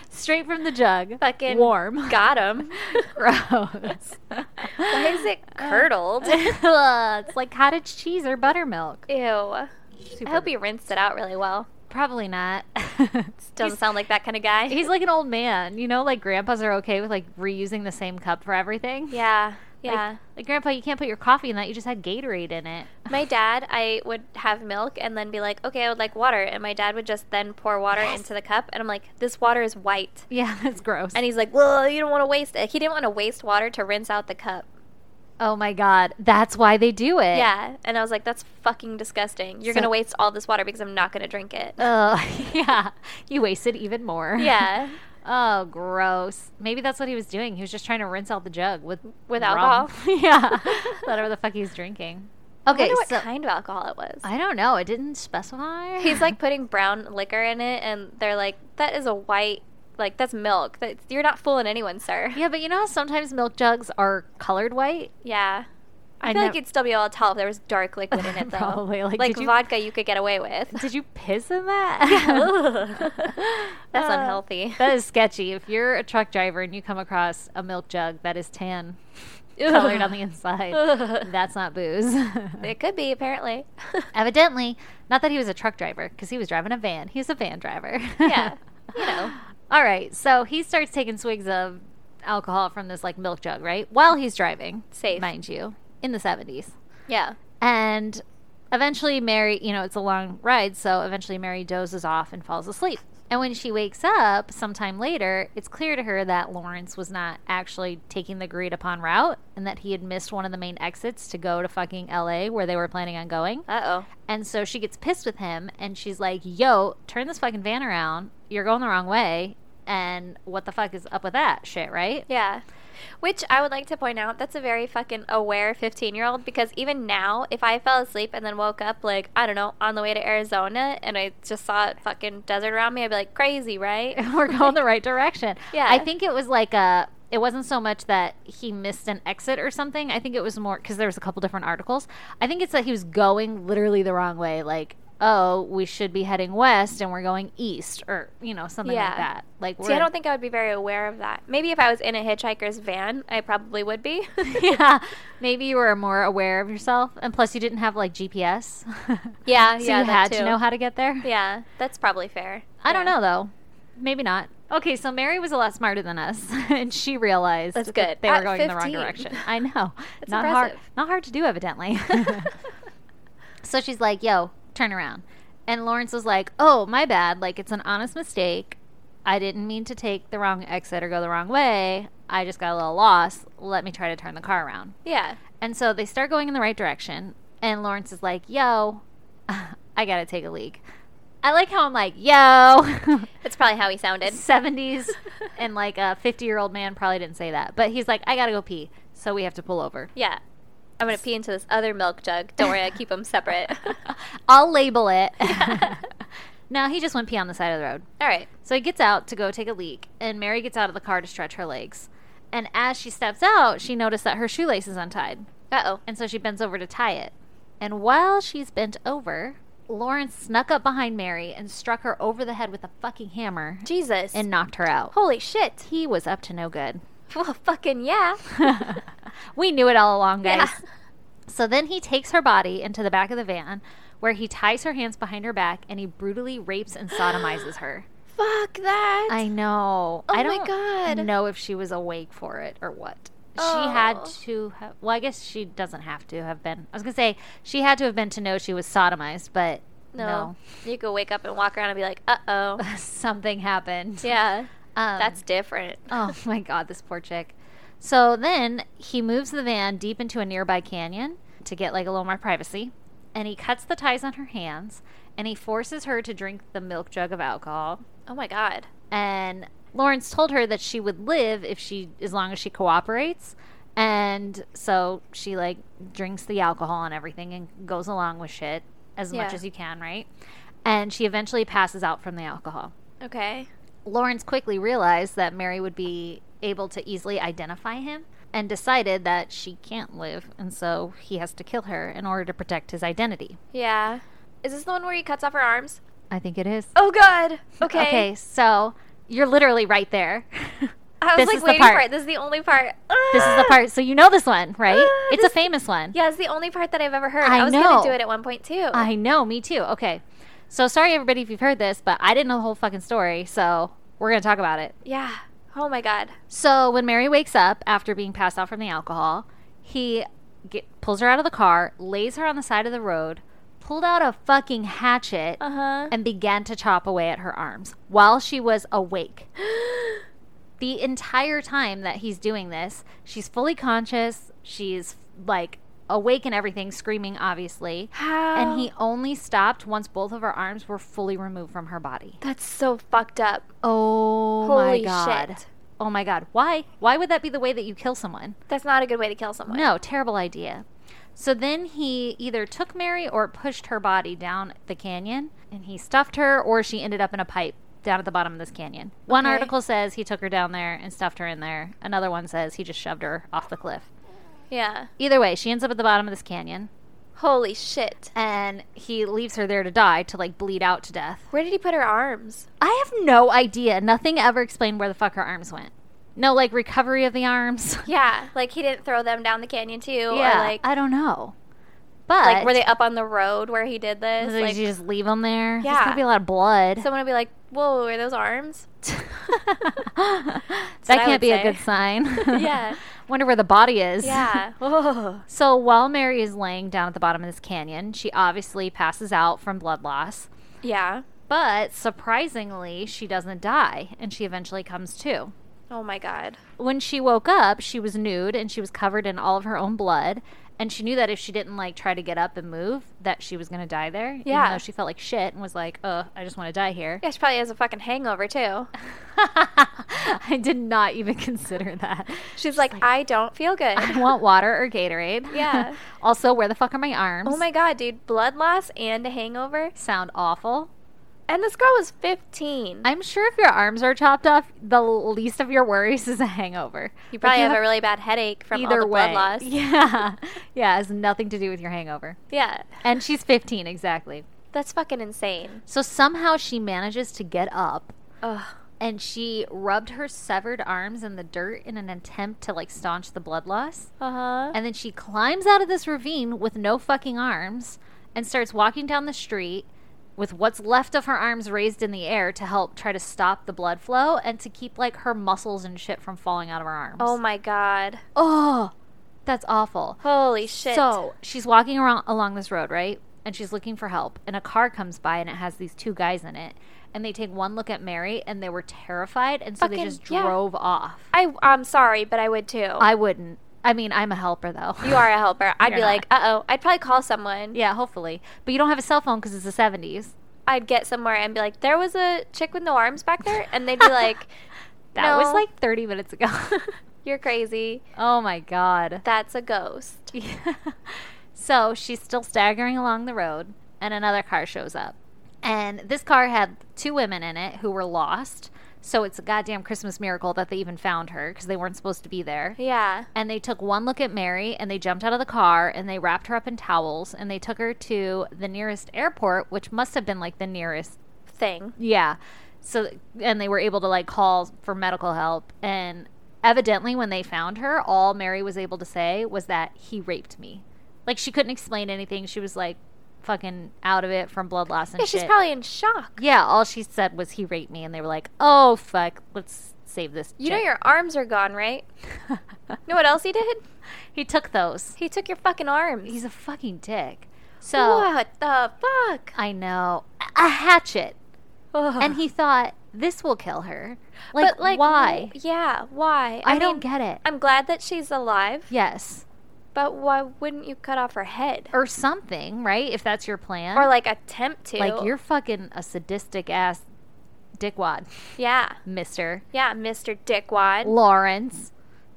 A: straight from the jug,
C: Fucking
A: warm.
C: Got him.
A: Gross. Uh,
C: Why is it curdled?
A: Ugh, it's like cottage cheese or buttermilk.
C: Ew. I
A: Super-
C: hope he rinsed it out really well.
A: probably not.
C: Doesn't sound like that kind of guy.
A: He's like an old man, you know. Like grandpas are okay with like reusing the same cup for everything.
C: yeah,
A: Like-
C: yeah.
A: Like, grandpa, you can't put your coffee in that. You just had Gatorade in it.
C: My dad, I would have milk and then be like, okay, I would like water. And my dad would just then pour water into the cup. And I'm like, this water is white.
A: Yeah, that's gross.
C: And he's like, well, you don't want to waste it. He didn't want to waste water to rinse out the cup.
A: oh my god, that's why they do it.
C: Yeah. And I was like, that's fucking disgusting.
A: Eh. So-
C: You're
A: Uh.
C: going to waste all this water because I'm not going to drink it.
A: Ugh, yeah. You wasted even more.
C: yeah.
A: Oh, gross. Maybe that's what he was doing. He was just trying to rinse out the jug with
C: With
A: rum.
C: alcohol?
A: yeah. Whatever the fuck he's drinking.
C: I
A: Okay,
C: wonder what
A: so
C: kind of alcohol it was.
A: I don't know. It didn't specify.
C: He's like putting brown liquor in it. And they're like, that is a white, like, that's milk. That's, you're not fooling anyone, sir.
A: yeah, but you know how sometimes milk jugs are colored white.
C: Yeah. I,
A: I
C: feel
A: nev-
C: like you'd still be able to tell if there was dark liquid in it, though.
A: Probably, like,
C: Like,
A: did you-
C: vodka, you could get away with.
A: Did you piss in that?
C: That's
A: Uh,
C: unhealthy.
A: That is sketchy. If you're a truck driver and you come across a milk jug that is tan, colored on the inside, that's not booze.
C: it could be, apparently.
A: Evidently, not that he was a truck driver because he was driving a van. He was a van driver.
C: yeah. You know.
A: All right. So he starts taking swigs of alcohol from this like milk jug, right? While he's driving,
C: Safe.
A: mind you, in the 70s.
C: Yeah.
A: And eventually, Mary, you know, it's a long ride, so eventually Mary dozes off and falls asleep. And when she wakes up sometime later, it's clear to her that Lawrence was not actually taking the agreed upon route and that he had missed one of the main exits to go to fucking LA where they were planning on going.
C: Uh oh.
A: And so she gets pissed with him and she's like, yo, turn this fucking van around. You're going the wrong way. And what the fuck is up with that shit, right?
C: Yeah. Which I would like to point out, that's a very fucking aware 15 year old because even now, if I fell asleep and then woke up, like, I don't know, on the way to Arizona and I just saw a fucking desert around me, I'd be like, crazy, right?
A: we're going the right direction.
C: Yeah.
A: I think it was like a. It wasn't so much that he missed an exit or something. I think it was more because there was a couple different articles. I think it's that he was going literally the wrong way. Like, oh, we should be heading west and we're going east, or you know something
C: Yeah.
A: like that. Like, we're,
C: See, I don't think I would be very aware of that. Maybe if I was in a hitchhiker's van, I probably would be.
A: yeah, maybe you were more aware of yourself, and plus you didn't have like GPS.
C: Yeah,
A: so
C: yeah,
A: you
C: that
A: had
C: too.
A: to know how to get there.
C: Yeah, that's probably fair.
A: I don't
C: Yeah.
A: know though. Maybe not. Okay, so Mary was a lot smarter than us, and she realized
C: That's
A: that
C: good.
A: they were
C: At
A: going in the wrong
C: 15.
A: direction. I know.
C: That's
A: not hard.
C: impressive.
A: Not hard to do, evidently. so she's like, "Yo, turn around," and Lawrence was like, "Oh, my bad. Like it's an honest mistake. I didn't mean to take the wrong exit or go the wrong way. I just got a little lost. Let me try to turn the car around."
C: yeah.
A: And so they start going in the right direction, and Lawrence is like, "Yo, I gotta take a leak." I like how I'm like, "Yo."
C: That's probably how he sounded.
A: 70s and like a 50 year old man probably didn't say that but he's like i gotta go pee so we have to pull over
C: Yeah. I'm going to pee into this other milk jug. Don't worry, I keep them separate. All
A: i'll label it no he just went pee on the side of the road
C: right.
A: so he gets out to go take a leak and mary gets out of the car to stretch her legs and as she steps out she noticed that her shoelace is untied
C: Uh oh.
A: and so she bends over to tie it and while she's bent over lawrence snuck up behind mary and struck her over the head with a fucking hammer
C: Jesus.
A: and knocked her out
C: holy shit.
A: he was up to no good
C: Well, fucking yeah.
A: we knew it all along, guys.
C: Yeah.
A: So then he takes her body into the back of the van where he ties her hands behind her back and he brutally rapes and sodomizes her.
C: Fuck that.
A: I know.
C: Oh
A: I
C: my
A: don't
C: God.
A: know if she was awake for it or what. She
C: Oh.
A: had to have, well, I guess she doesn't have to have been. I was going to say she had to have been to know she was sodomized, but
C: no.
A: no.
C: You could wake up and walk around and be like, uh oh.
A: Something happened.
C: yeah.
A: Um,
C: That's different.
A: Oh my God, this poor chick. So then he moves the van deep into a nearby canyon to get like a little more privacy. And he cuts the ties on her hands and he forces her to drink the milk jug of alcohol.
C: Oh my God.
A: And Lawrence told her that she would live if she, as long as she cooperates. And so she like drinks the alcohol and everything and goes along with shit as much
C: Yeah.
A: as you can, right? And she eventually passes out from the alcohol.
C: Okay.
A: Lawrence quickly realized that Mary would be able to easily identify him. and decided that she can't live, and so he has to kill her in order to protect his identity.
C: Yeah. Is this the one where he cuts off her arms?
A: I think it is.
C: Oh god. Okay.
A: Okay, so you're literally right there.
C: I was
A: This
C: like
A: is the
C: waiting
A: part.
C: for it. This is the only part.
A: this is the
C: Ah!
A: part. So you know this one, right?
C: Ah,
A: it's
C: this-
A: a famous one.
C: Yeah, it's the only part that I've ever heard.
A: I
C: I, was gonna
A: know.
C: do it at one point too.
A: I know, me too. Okay. So sorry everybody if you've heard this, but I didn't know the whole fucking story, so we're going to talk about it.
C: yeah. Oh my god.
A: So when Mary wakes up after being passed out from the alcohol, he get, pulls her out of the car, lays her on the side of the road, pulled out a fucking hatchet,
C: Uh huh.
A: and began to chop away at her arms while she was awake. the entire time that he's doing this, she's fully conscious. She's like awake and everything, screaming, obviously.
C: How?
A: And he only stopped once both of her arms were fully removed from her body.
C: That's so fucked up.
A: Oh my
C: Holy
A: god.
C: shit.
A: Oh my god. Why? Why would that be the way that you kill someone?
C: That's not a good way to kill someone.
A: No, terrible idea. So then he either took Mary or pushed her body down the canyon and he stuffed her or she ended up in a pipe down at the bottom of this canyon. One
C: Okay.
A: article says he took her down there and stuffed her in there. Another one says he just shoved her off the cliff.
C: Yeah.
A: Either way, she ends up at the bottom of this canyon
C: Holy shit.
A: and he leaves her there to die to like bleed out to death.
C: Where did he put her arms?
A: I have no idea. Nothing ever explained where the fuck her arms went. No, like recovery of the arms.
C: Yeah, like he didn't throw them down the canyon too.
A: Yeah,
C: Or like,
A: I don't know. But
C: like were they up on the road where he did this?
A: Did
C: Like,
A: you just leave them there? There's
C: Yeah.
A: gonna be a lot of blood.
C: someone would be like, "Whoa, are those arms?"
A: that
C: I would
A: can't be
C: say.
A: a good sign.
C: Yeah.
A: Wonder where the body is.
C: Yeah. Whoa.
A: So while Mary is laying down at the bottom of this canyon, she obviously passes out from blood loss.
C: Yeah.
A: But surprisingly, she doesn't die, and she eventually comes to.
C: Oh my god.
A: when she woke up, she was nude and she was covered in all of her own blood. And she knew that if she didn't like try to get up and move, that she was gonna die there.
C: Yeah.
A: Even though she felt like shit and was like, "Uh, I just want to die here."
C: Yeah, she probably has a fucking hangover too.
A: I did not even consider that.
C: She's like, I don't feel good.
A: I want water or Gatorade.
C: Yeah.
A: also, where the fuck are my arms?
C: oh my god, dude, blood loss and a hangover.
A: Sound awful.
C: And this girl was 15.
A: I'm sure if your arms are chopped off, the least of your worries is a hangover.
C: you probably
A: Like,
C: have a really bad headache from all
A: either
C: the
A: way.
C: blood loss.
A: Yeah. Yeah, it has nothing to do with your hangover.
C: Yeah.
A: And she's 15 exactly.
C: That's fucking insane.
A: So somehow she manages to get up
C: Ugh.
A: and she rubbed her severed arms in the dirt in an attempt to like staunch the blood loss.
C: Uh-huh.
A: And then she climbs out of this ravine with no fucking arms and starts walking down the street with what's left of her arms raised in the air to help try to stop the blood flow and to keep like her muscles and shit from falling out of her arms.
C: oh my god.
A: oh that's awful.
C: Holy shit.
A: So she's walking around along this road, right? And she's looking for help. And a car comes by and it has these two guys in it. And they take one look at Mary and they were terrified. And so they
C: Fucking-
A: just
C: yeah.
A: drove off.
C: I I'm sorry, but I would too.
A: I wouldn't. I mean, I'm a helper though.
C: you are a helper. I'd
A: You're
C: be
A: not.
C: like, "Uh-oh." I'd probably call someone.
A: yeah, hopefully. But you don't have a cell phone because it's the 70s.
C: I'd get somewhere and be like, "There was a chick with no arms back there." And they'd be like,
A: That was
C: No.
A: like 30 minutes ago.
C: "You're crazy.
A: oh my God.
C: That's a ghost."
A: so she's still staggering along the road, and another car shows up. And this car had two women in it who were lost. So it's a goddamn Christmas miracle that they even found her because they weren't supposed to be there.
C: Yeah.
A: And they took one look at Mary and they jumped out of the car and they wrapped her up in towels and they took her to the nearest airport, which must have been like the nearest
C: Thing.
A: yeah. So and they were able to like call for medical help and evidently when they found her all Mary was able to say was that he raped me. Like she couldn't explain anything. She was like fucking out of it from blood loss and
C: Yeah,
A: shit.
C: she's probably in shock.
A: yeah, all she said was he raped me and they were like, "Oh fuck, let's save this."
C: You know your arms are gone, right? you know what else he did?
A: He took those.
C: He took your fucking arms.
A: He's a fucking dick. So
C: what the fuck?
A: I know. A- A hatchet.
C: Ugh.
A: And he thought this will kill her. Like,
C: But, like,
A: why?
C: wh- Yeah, why?
A: I,
C: mean,
A: don't get it.
C: I'm glad that she's alive,
A: yes.
C: but why wouldn't you cut off her head
A: or something, right? If that's your plan.
C: or like attempt to?
A: like you're fucking a sadistic ass dickwad,
C: yeah,
A: Mister
C: yeah, Mr. Dickwad.
A: Lawrence.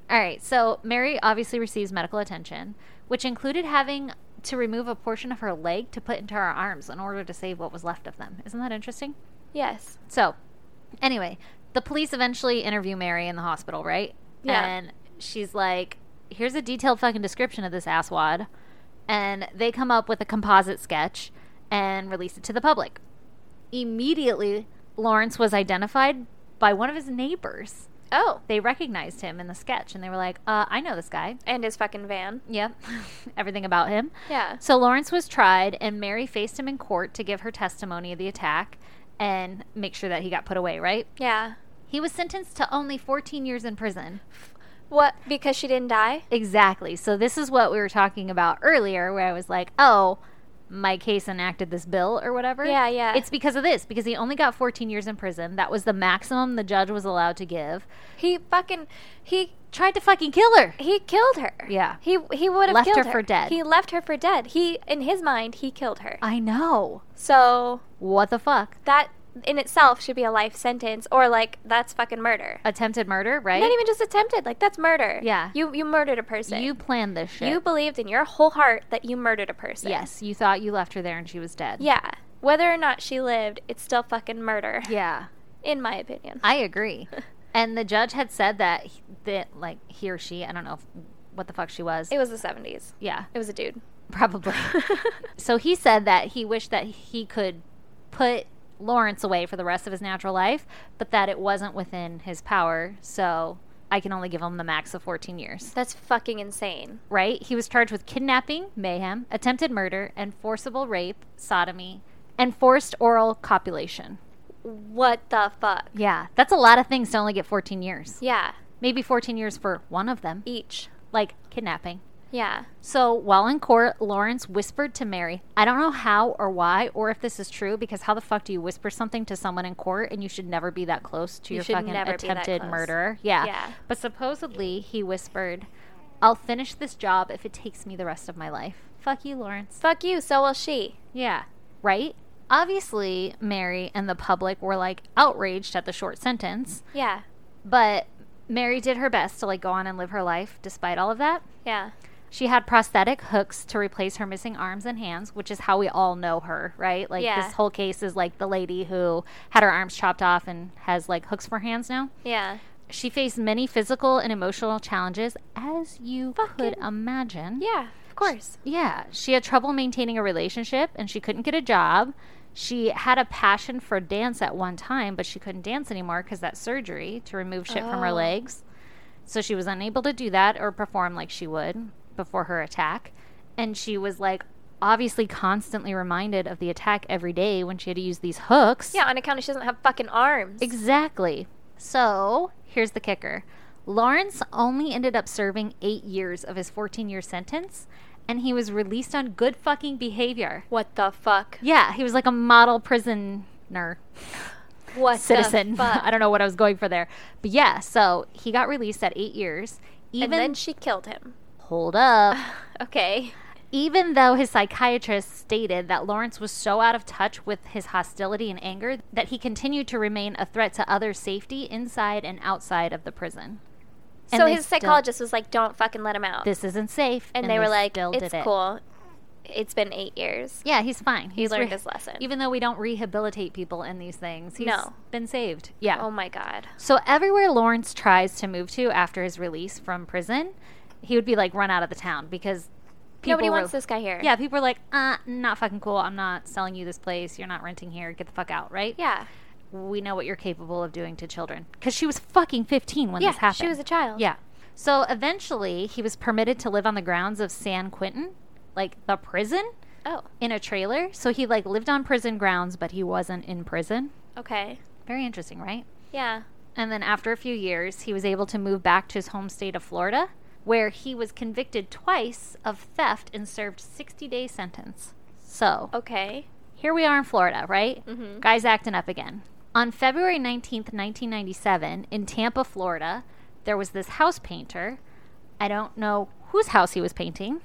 A: All right, so Mary obviously receives medical attention, which included having to remove a portion of her leg to put into her arms in order to save what was left of them. Isn't that interesting?
C: Yes,
A: So, anyway, the police eventually interview Mary in the hospital, right?
C: Yeah.
A: And she's like, here's a detailed fucking description of this asswad. And they come up with a composite sketch and release it to the public. Immediately, Lawrence was identified by one of his neighbors.
C: Oh,
A: They recognized him in the sketch and they were like, uh, I know this guy.
C: and his fucking van.
A: Yep. Everything about him.
C: Yeah.
A: So Lawrence was tried, and Mary faced him in court to give her testimony of the attack and make sure that he got put away, right?
C: Yeah.
A: He was sentenced to only 14 years in prison.
C: What? Because she didn't die?
A: Exactly. So this is what we were talking about earlier, where I was like, oh, my case enacted this bill or whatever.
C: Yeah, yeah.
A: It's because of this, because he only got 14 years in prison. That was the maximum the judge was allowed to give.
C: He fucking he
A: Tried to fucking kill her.
C: he killed her.
A: Yeah.
C: He he would have
A: Left
C: killed
A: her for dead.
C: He left her for dead. He in his mind he killed her.
A: I know.
C: So
A: What the fuck?
C: that in itself should be a life sentence or like that's fucking murder.
A: Attempted murder, right?
C: Not even just attempted. Like that's murder.
A: Yeah.
C: You you murdered a person.
A: you planned this shit.
C: you believed in your whole heart that you murdered a person.
A: Yes, you thought you left her there and she was dead.
C: Yeah. Whether or not she lived, it's still fucking murder
A: Yeah.
C: in my opinion.
A: I agree. and the judge had said that he- that like he or she, I don't know if, what the fuck she was.
C: it was the 70s.
A: yeah,
C: It was a dude.
A: probably. so he said that he wished that he could put Lawrence away for the rest of his natural life, but that it wasn't within his power. So I can only give him the max of 14 years.
C: That's fucking insane.
A: Right? He was charged with kidnapping, mayhem, attempted murder, and forcible rape, sodomy, and forced oral copulation.
C: What the fuck?
A: Yeah, that's a lot of things to only get 14 years.
C: Yeah.
A: Maybe 14 years for one of them,
C: Each.
A: like kidnapping.
C: Yeah.
A: So while in court, Lawrence whispered to Mary, I don't know how or why or if this is true because how the fuck do you whisper something to someone in court and you should never be that close to
C: You
A: your
C: should
A: fucking
C: never be that
A: attempted
C: close.
A: murderer? Yeah.
C: Yeah.
A: But supposedly he whispered, I'll finish this job if it takes me the rest of my life. Fuck you, Lawrence.
C: Fuck you, so will she.
A: Yeah. Right? Obviously, Mary and the public were like outraged at the short sentence.
C: Yeah.
A: But Mary did her best to like go on and live her life despite all of that.
C: Yeah.
A: She had prosthetic hooks to replace her missing arms and hands, which is how we all know her, right? Like
C: Yeah.
A: this whole case is like the lady who had her arms chopped off and has like hooks for hands now.
C: Yeah.
A: She faced many physical and emotional challenges as you could
C: Fucking-
A: imagine.
C: Yeah. Of course.
A: Yeah, she had trouble maintaining a relationship and she couldn't get a job. She had a passion for dance at one time, but she couldn't dance anymore because that surgery to remove shit from her
C: Oh.
A: legs. So she was unable to do that or perform like she would before her attack. And she was like obviously constantly reminded of the attack every day when she had to use these hooks.
C: Yeah, on account of she doesn't have fucking arms.
A: Exactly. So here's the kicker Lawrence only ended up serving eight years of his 14 year sentence, and he was released on good fucking behavior.
C: what the fuck?
A: Yeah, he was like a model prisoner
C: What
A: citizen.
C: The fuck?
A: I don't know what I was going for there. But yeah, so he got released at eight years. Even
C: and then she killed him.
A: hold up.
C: Okay.
A: Even though his psychiatrist stated that Lawrence was so out of touch with his hostility and anger that he continued to remain a threat to others' safety inside and outside of the prison. And
C: so
A: they
C: his
A: still-
C: psychologist was like, "Don't fucking let him out."
A: This isn't safe.
C: and, they, were like,
A: still
C: "It's
A: did it.
C: cool. It's been eight years.
A: Yeah, he's fine. He's
C: learned his lesson.
A: Even though we don't rehabilitate people in these things, he's
C: No.
A: been saved. Yeah.
C: Oh my god.
A: So everywhere Lawrence tries to move to after his release from prison, he would be like run out of the town because people
C: Nobody
A: were-
C: wants this guy here.
A: Yeah, people are like, uh, not fucking cool. I'm not selling you this place. You're not renting here. Get the fuck out, right?
C: Yeah.
A: We know what you're capable of doing to children. Because she was fucking 15 when
C: Yeah.
A: this happened.
C: She was a child.
A: Yeah. So eventually, he was permitted to live on the grounds of San Quentin, like the prison,
C: Oh.
A: in a trailer. So he, like, lived on prison grounds, but he wasn't in prison.
C: Okay.
A: Very interesting, right?
C: Yeah.
A: And then after a few years, he was able to move back to his home state of Florida, where he was convicted twice of theft and served 60 day sentence. So
C: Okay.
A: here we are in Florida, right?
C: Mhm.
A: Guys acting up again. On February 19th, 1997, in Tampa, Florida, there was this house painter. I don't know whose house he was painting,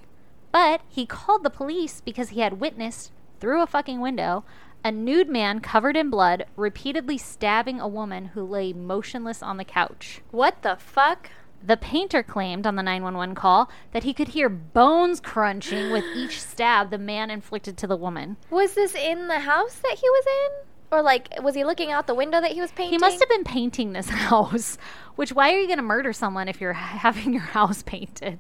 A: but he called the police because he had witnessed through a fucking window a nude man covered in blood repeatedly stabbing a woman who lay motionless on the couch.
C: What the fuck?
A: The painter claimed on the 911 call that he could hear bones crunching with each stab the man inflicted to the woman.
C: Was this in the house that he was in? Or like, was he looking out the window that he was painting?
A: He must have been painting this house. Which, why are you going to murder someone if you're having your house painted?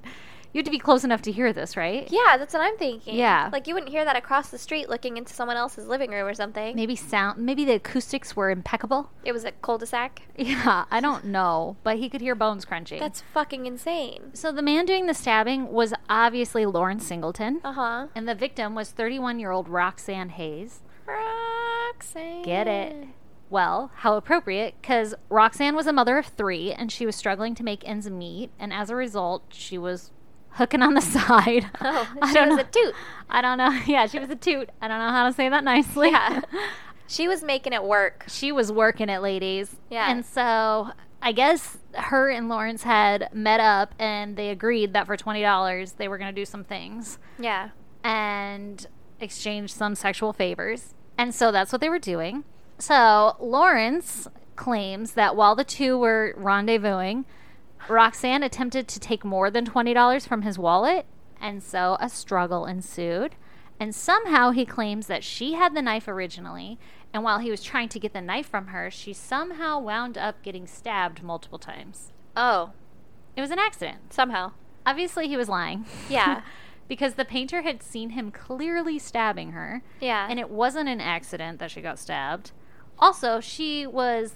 A: You have to be close enough to hear this, right?
C: Yeah, that's what I'm thinking.
A: Yeah.
C: Like you wouldn't hear that across the street looking into someone else's living room or something.
A: Maybe sound. Maybe the acoustics were impeccable.
C: It was a cul-de-sac.
A: Yeah, I don't know, but he could hear bones crunching.
C: That's fucking insane.
A: so the man doing the stabbing was obviously Lawrence Singleton,
C: Uh huh.
A: and the victim was 31-year-old Roxanne Hayes.
C: Roxanne.
A: Get it? Well, how appropriate, because Roxanne was a mother of three and she was struggling to make ends meet, and as a result, she was hooking on the side.
C: Oh,
A: I
C: she
A: don't
C: was
A: know.
C: a toot.
A: I don't know. Yeah, she was a toot. I don't know how to say that nicely.
C: Yeah. She was making it work.
A: she was working it, ladies.
C: Yeah.
A: And so I guess her and Lawrence had met up and they agreed that for $20 they were going to do some things
C: Yeah.
A: and exchange some sexual favors. And so that's what they were doing. So Lawrence claims that while the two were rendezvousing, Roxanne attempted to take more than $20 from his wallet. And so a struggle ensued. And somehow he claims that she had the knife originally. And while he was trying to get the knife from her, she somehow wound up getting stabbed multiple times.
C: Oh,
A: It was an accident.
C: somehow.
A: Obviously, he was lying.
C: Yeah.
A: because the painter had seen him clearly stabbing her,
C: Yeah.
A: and it wasn't an accident that she got stabbed. Also, she was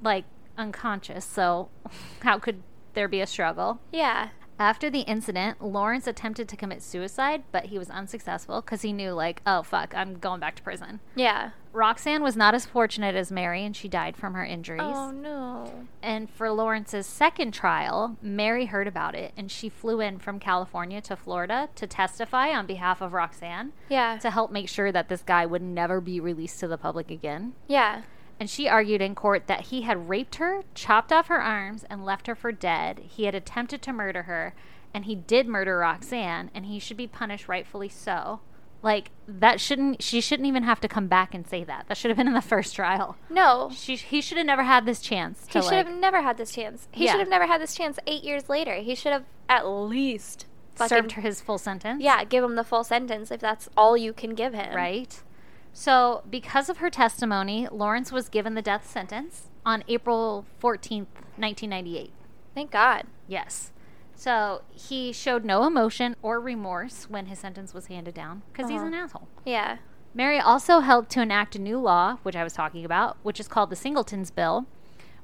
A: like unconscious, so how could there be a struggle?
C: yeah.
A: After the incident, Lawrence attempted to commit suicide, but he was unsuccessful because he knew, like, oh fuck, I'm going back to prison.
C: Yeah.
A: Roxanne was not as fortunate as Mary, and she died from her injuries.
C: Oh no.
A: And for Lawrence's second trial, Mary heard about it and she flew in from California to Florida to testify on behalf of Roxanne
C: Yeah.
A: to help make sure that this guy would never be released to the public again.
C: Yeah.
A: And she argued in court that he had raped her, chopped off her arms, and left her for dead. He had attempted to murder her, and he did murder Roxanne, and he should be punished rightfully so. Like, that shouldn't, she shouldn't even have to come back and say that. That should have been in the first trial.
C: No.
A: She, he should have never had this chance. To
C: He should
A: like-
C: have never had this chance. He
A: Yeah.
C: should have never had this chance eight years later. He should have at least fucking,
A: served her his full sentence.
C: Yeah, give him the full sentence if that's all you can give him.
A: Right. So, because of her testimony, Lawrence was given the death sentence on April 14th, 1998.
C: Thank God.
A: Yes. So, he showed no emotion or remorse when his sentence was handed down because he's
C: Uh-huh.
A: an asshole.
C: Yeah.
A: Mary also helped to enact a new law, which I was talking about, which is called the Singleton's Bill,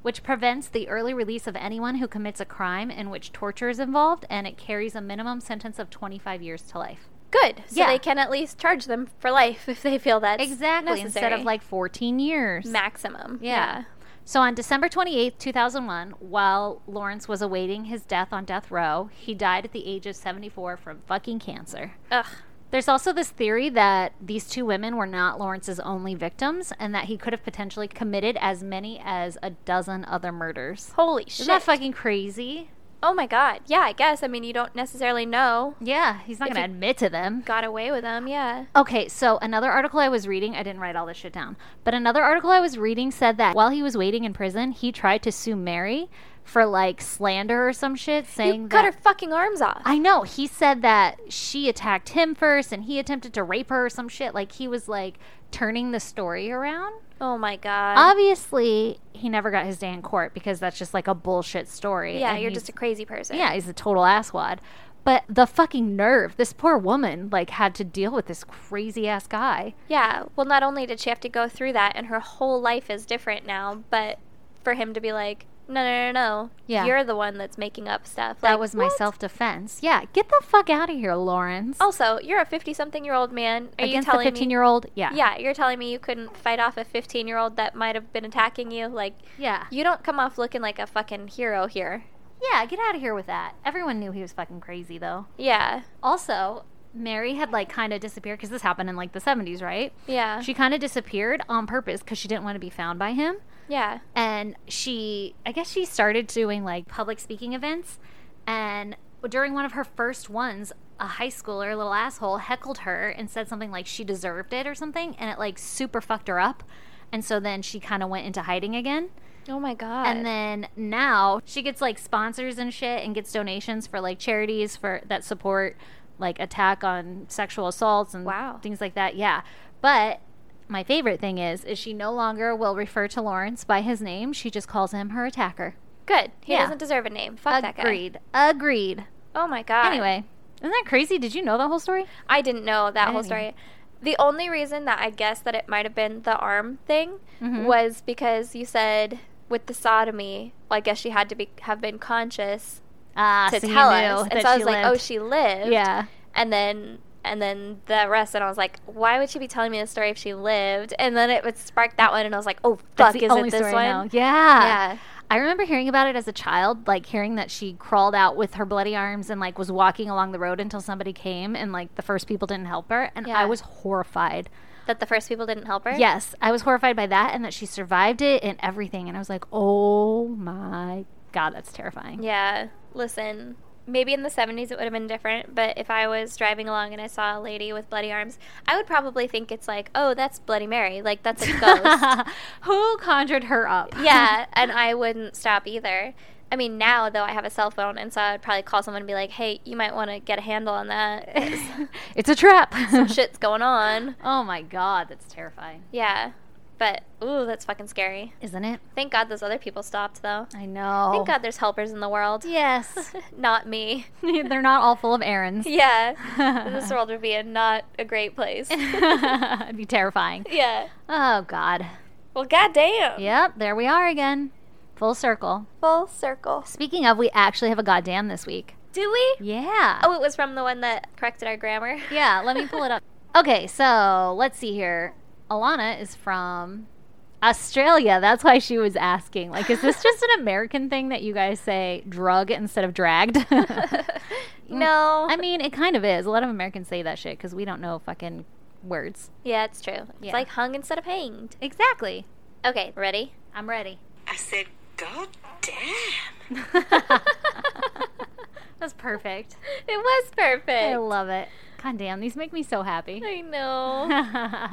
A: which prevents the early release of anyone who commits a crime in which torture is involved, and it carries a minimum sentence of 25 years to life.
C: Good. So
A: Yeah.
C: they can at least charge them for life if they feel that
A: Exactly, instead of like 14 years.
C: maximum.
A: Yeah. So on December 28th, 2001, while Lawrence was awaiting his death on death row, he died at the age of 74 from fucking cancer.
C: Yeah. Ugh.
A: There's also this theory that these two women were not Lawrence's only victims and that he could have potentially committed as many as a dozen other murders.
C: Holy
A: Isn't
C: shit.
A: that fucking crazy?
C: oh my God. Yeah, I guess. I mean, you don't necessarily know.
A: Yeah, he's not
C: If
A: going to
C: he-
A: admit to them.
C: Got away with them. Yeah.
A: Okay, so another article I was reading, I didn't write all this shit down, but another article I was reading said that while he was waiting in prison, he tried to sue Mary for like slander or some shit, saying
C: You cut
A: that.
C: her fucking arms off.
A: I know. He said that she attacked him first and he attempted to rape her or some shit. Like he was like turning the story around.
C: oh my God.
A: Obviously, he never got his day in court because that's just like a bullshit story.
C: yeah,
A: and
C: you're
A: he's-
C: just a crazy person.
A: yeah, he's a total asswad. But the fucking nerve! This poor woman like had to deal with this crazy ass guy.
C: Yeah. Well, not only did she have to go through that, and her whole life is different now, but for him to be like, no, no, no, no.
A: Yeah.
C: You're the one that's making up stuff.
A: That
C: Like,
A: was my
C: what?
A: self defense. Yeah, get the fuck out of here, Lawrence.
C: Also, you're a 50 something year old man. Are you
A: Against the
C: telling
A: 15
C: me?
A: year old? Yeah.
C: yeah, you're telling me you couldn't fight off a 15 year old that might have been attacking you? Like,
A: Yeah.
C: you don't come off looking like a fucking hero here.
A: Yeah, get out of here with that. Everyone knew he was fucking crazy, though.
C: Yeah.
A: Also, Mary had like kind of disappeared because this happened in like the 70s, right?
C: Yeah.
A: She kind of disappeared on purpose because she didn't want to be found by him.
C: yeah.
A: and she i guess she started doing like public speaking events and during one of her first ones a high schooler a little asshole heckled her and said something like she deserved it or something and it like super fucked her up and so then she kind of went into hiding again
C: Oh my god.
A: and then now she gets like sponsors and shit and gets donations for like charities for that support like attack on sexual assaults and
C: Wow.
A: things like that. Yeah. But my favorite thing is is she no longer will refer to Lawrence by his name. She just calls him her attacker.
C: Good. He
A: Yeah.
C: doesn't deserve a name. Fuck that guy.
A: Agreed. Agreed.
C: Oh my god.
A: Anyway, isn't that crazy? Did you know the whole story?
C: I didn't know that
A: I
C: whole
A: didn't
C: story. The only reason that I guessed that it might have been the arm thing
A: Mhm.
C: was because you said with the sodomy, well, I guess she had to be have been conscious
A: Ah,
C: Uh, to
A: so you
C: tell
A: knew
C: us. And
A: that
C: so I
A: she
C: was like, oh,
A: lived.
C: she lived.
A: yeah.
C: And then and then the rest, and I was like, why would she be telling me this story if she lived? And then it would spark that one, and I was like, oh
A: That's
C: fuck,
A: the
C: is
A: only
C: it this
A: story
C: one?
A: I know. Yeah.
C: Yeah.
A: I remember hearing about it as a child, like hearing that she crawled out with her bloody arms and like was walking along the road until somebody came and like the first people didn't help her. And
C: Yeah.
A: I was horrified.
C: That the first people didn't help her.
A: Yes, I was horrified by that and that she survived it and everything. And I was like, oh my God, that's terrifying.
C: Yeah. Listen, maybe in the 70s it would have been different, but if I was driving along and I saw a lady with bloody arms, I would probably think it's like, oh, that's Bloody Mary. Like, that's a ghost.
A: Who conjured her up?
C: yeah. And I wouldn't stop either. I mean, now, though, I have a cell phone, and so I'd probably call someone and be like, hey, you might want to get a handle on that.
A: it's a trap.
C: Some shit's going on.
A: Oh my God, that's terrifying.
C: Yeah. But, ooh, that's fucking scary.
A: Isn't it?
C: Thank God those other people stopped, though.
A: I know.
C: Thank God there's helpers in the world.
A: Yes.
C: Not me.
A: They're not all full of errands.
C: Yeah. this world would be in not a great place.
A: It'd be terrifying.
C: yeah.
A: Oh, God.
C: Well, goddamn.
A: Yep, there we are again. Full circle.
C: Full circle.
A: Speaking of, we actually have a goddamn this week.
C: Do we?
A: Yeah.
C: Oh, it was from the one that corrected our grammar.
A: yeah, let me pull it up. Okay, so let's see here. Alana is from Australia. That's why she was asking. Like, is this just an American thing that you guys say drug instead of dragged? Mm.
C: no.
A: I mean, it kind of is. A lot of Americans say that shit because we don't know fucking words.
C: yeah, it's true. It's
A: Yeah.
C: like hung instead of hanged.
A: Exactly.
C: Okay, ready?
A: I'm ready.
B: I said, God damn.
A: That's perfect.
C: It was perfect.
A: I love it. God damn, these make me so happy.
C: I know.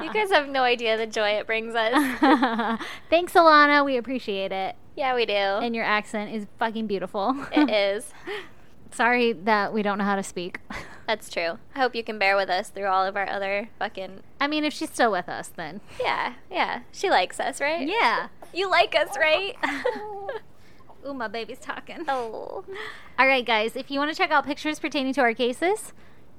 C: you guys have no idea the joy it brings us.
A: Thanks, Alana. We appreciate it.
C: yeah, we do.
A: And your accent is fucking beautiful.
C: it is.
A: Sorry that we don't know how to speak.
C: That's true. I hope you can bear with us through all of our other fucking.
A: I mean, if she's still with us, then.
C: Yeah, yeah. She likes us, right?
A: Yeah.
C: You like us, right?
A: Ooh, my baby's talking.
C: oh.
A: All right, guys. If you want to check out pictures pertaining to our cases,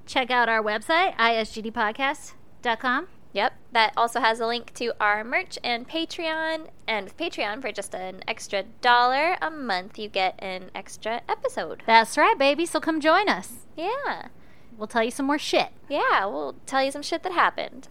A: check out our website, isgdpodcast.com.
C: Yep, that also has a link to our merch and Patreon. And with Patreon, for just an extra dollar a month, you get an extra episode.
A: That's right, baby. So come join us.
C: Yeah,
A: We'll tell you some more shit.
C: yeah, we'll tell you some shit that happened.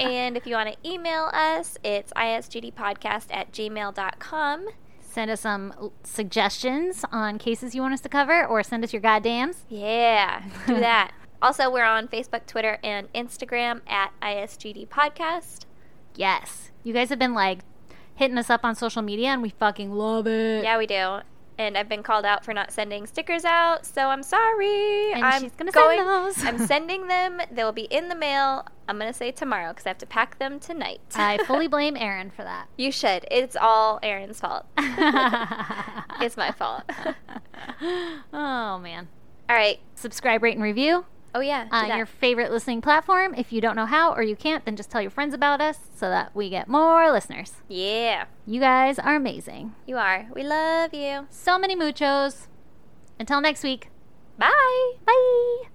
C: And if you want to email us, it's isgdpodcast at gmail.com.
A: send us some suggestions on cases you want us to cover or send us your goddams.
C: Yeah, do that. also, we're on Facebook, Twitter, and Instagram at isgdpodcast.
A: Yes. You guys have been like hitting us up on social media and we fucking love it.
C: Yeah, we do. And I've been called out for not sending stickers out, so I'm sorry.
A: And
C: I'm
A: she's gonna send those.
C: I'm sending them. They'll be in the mail. I'm gonna say tomorrow because I have to pack them tonight.
A: I fully blame Aaron for that.
C: you should. It's all Aaron's fault. it's my fault.
A: oh man.
C: all right.
A: Subscribe, rate, and review
C: Oh yeah. do
A: on
C: that.
A: your favorite listening platform. If you don't know how or you can't, then just tell your friends about us so that we get more listeners.
C: yeah.
A: You guys are amazing.
C: You are. We love you.
A: So many muchos. Until next week.
C: Bye.
A: Bye.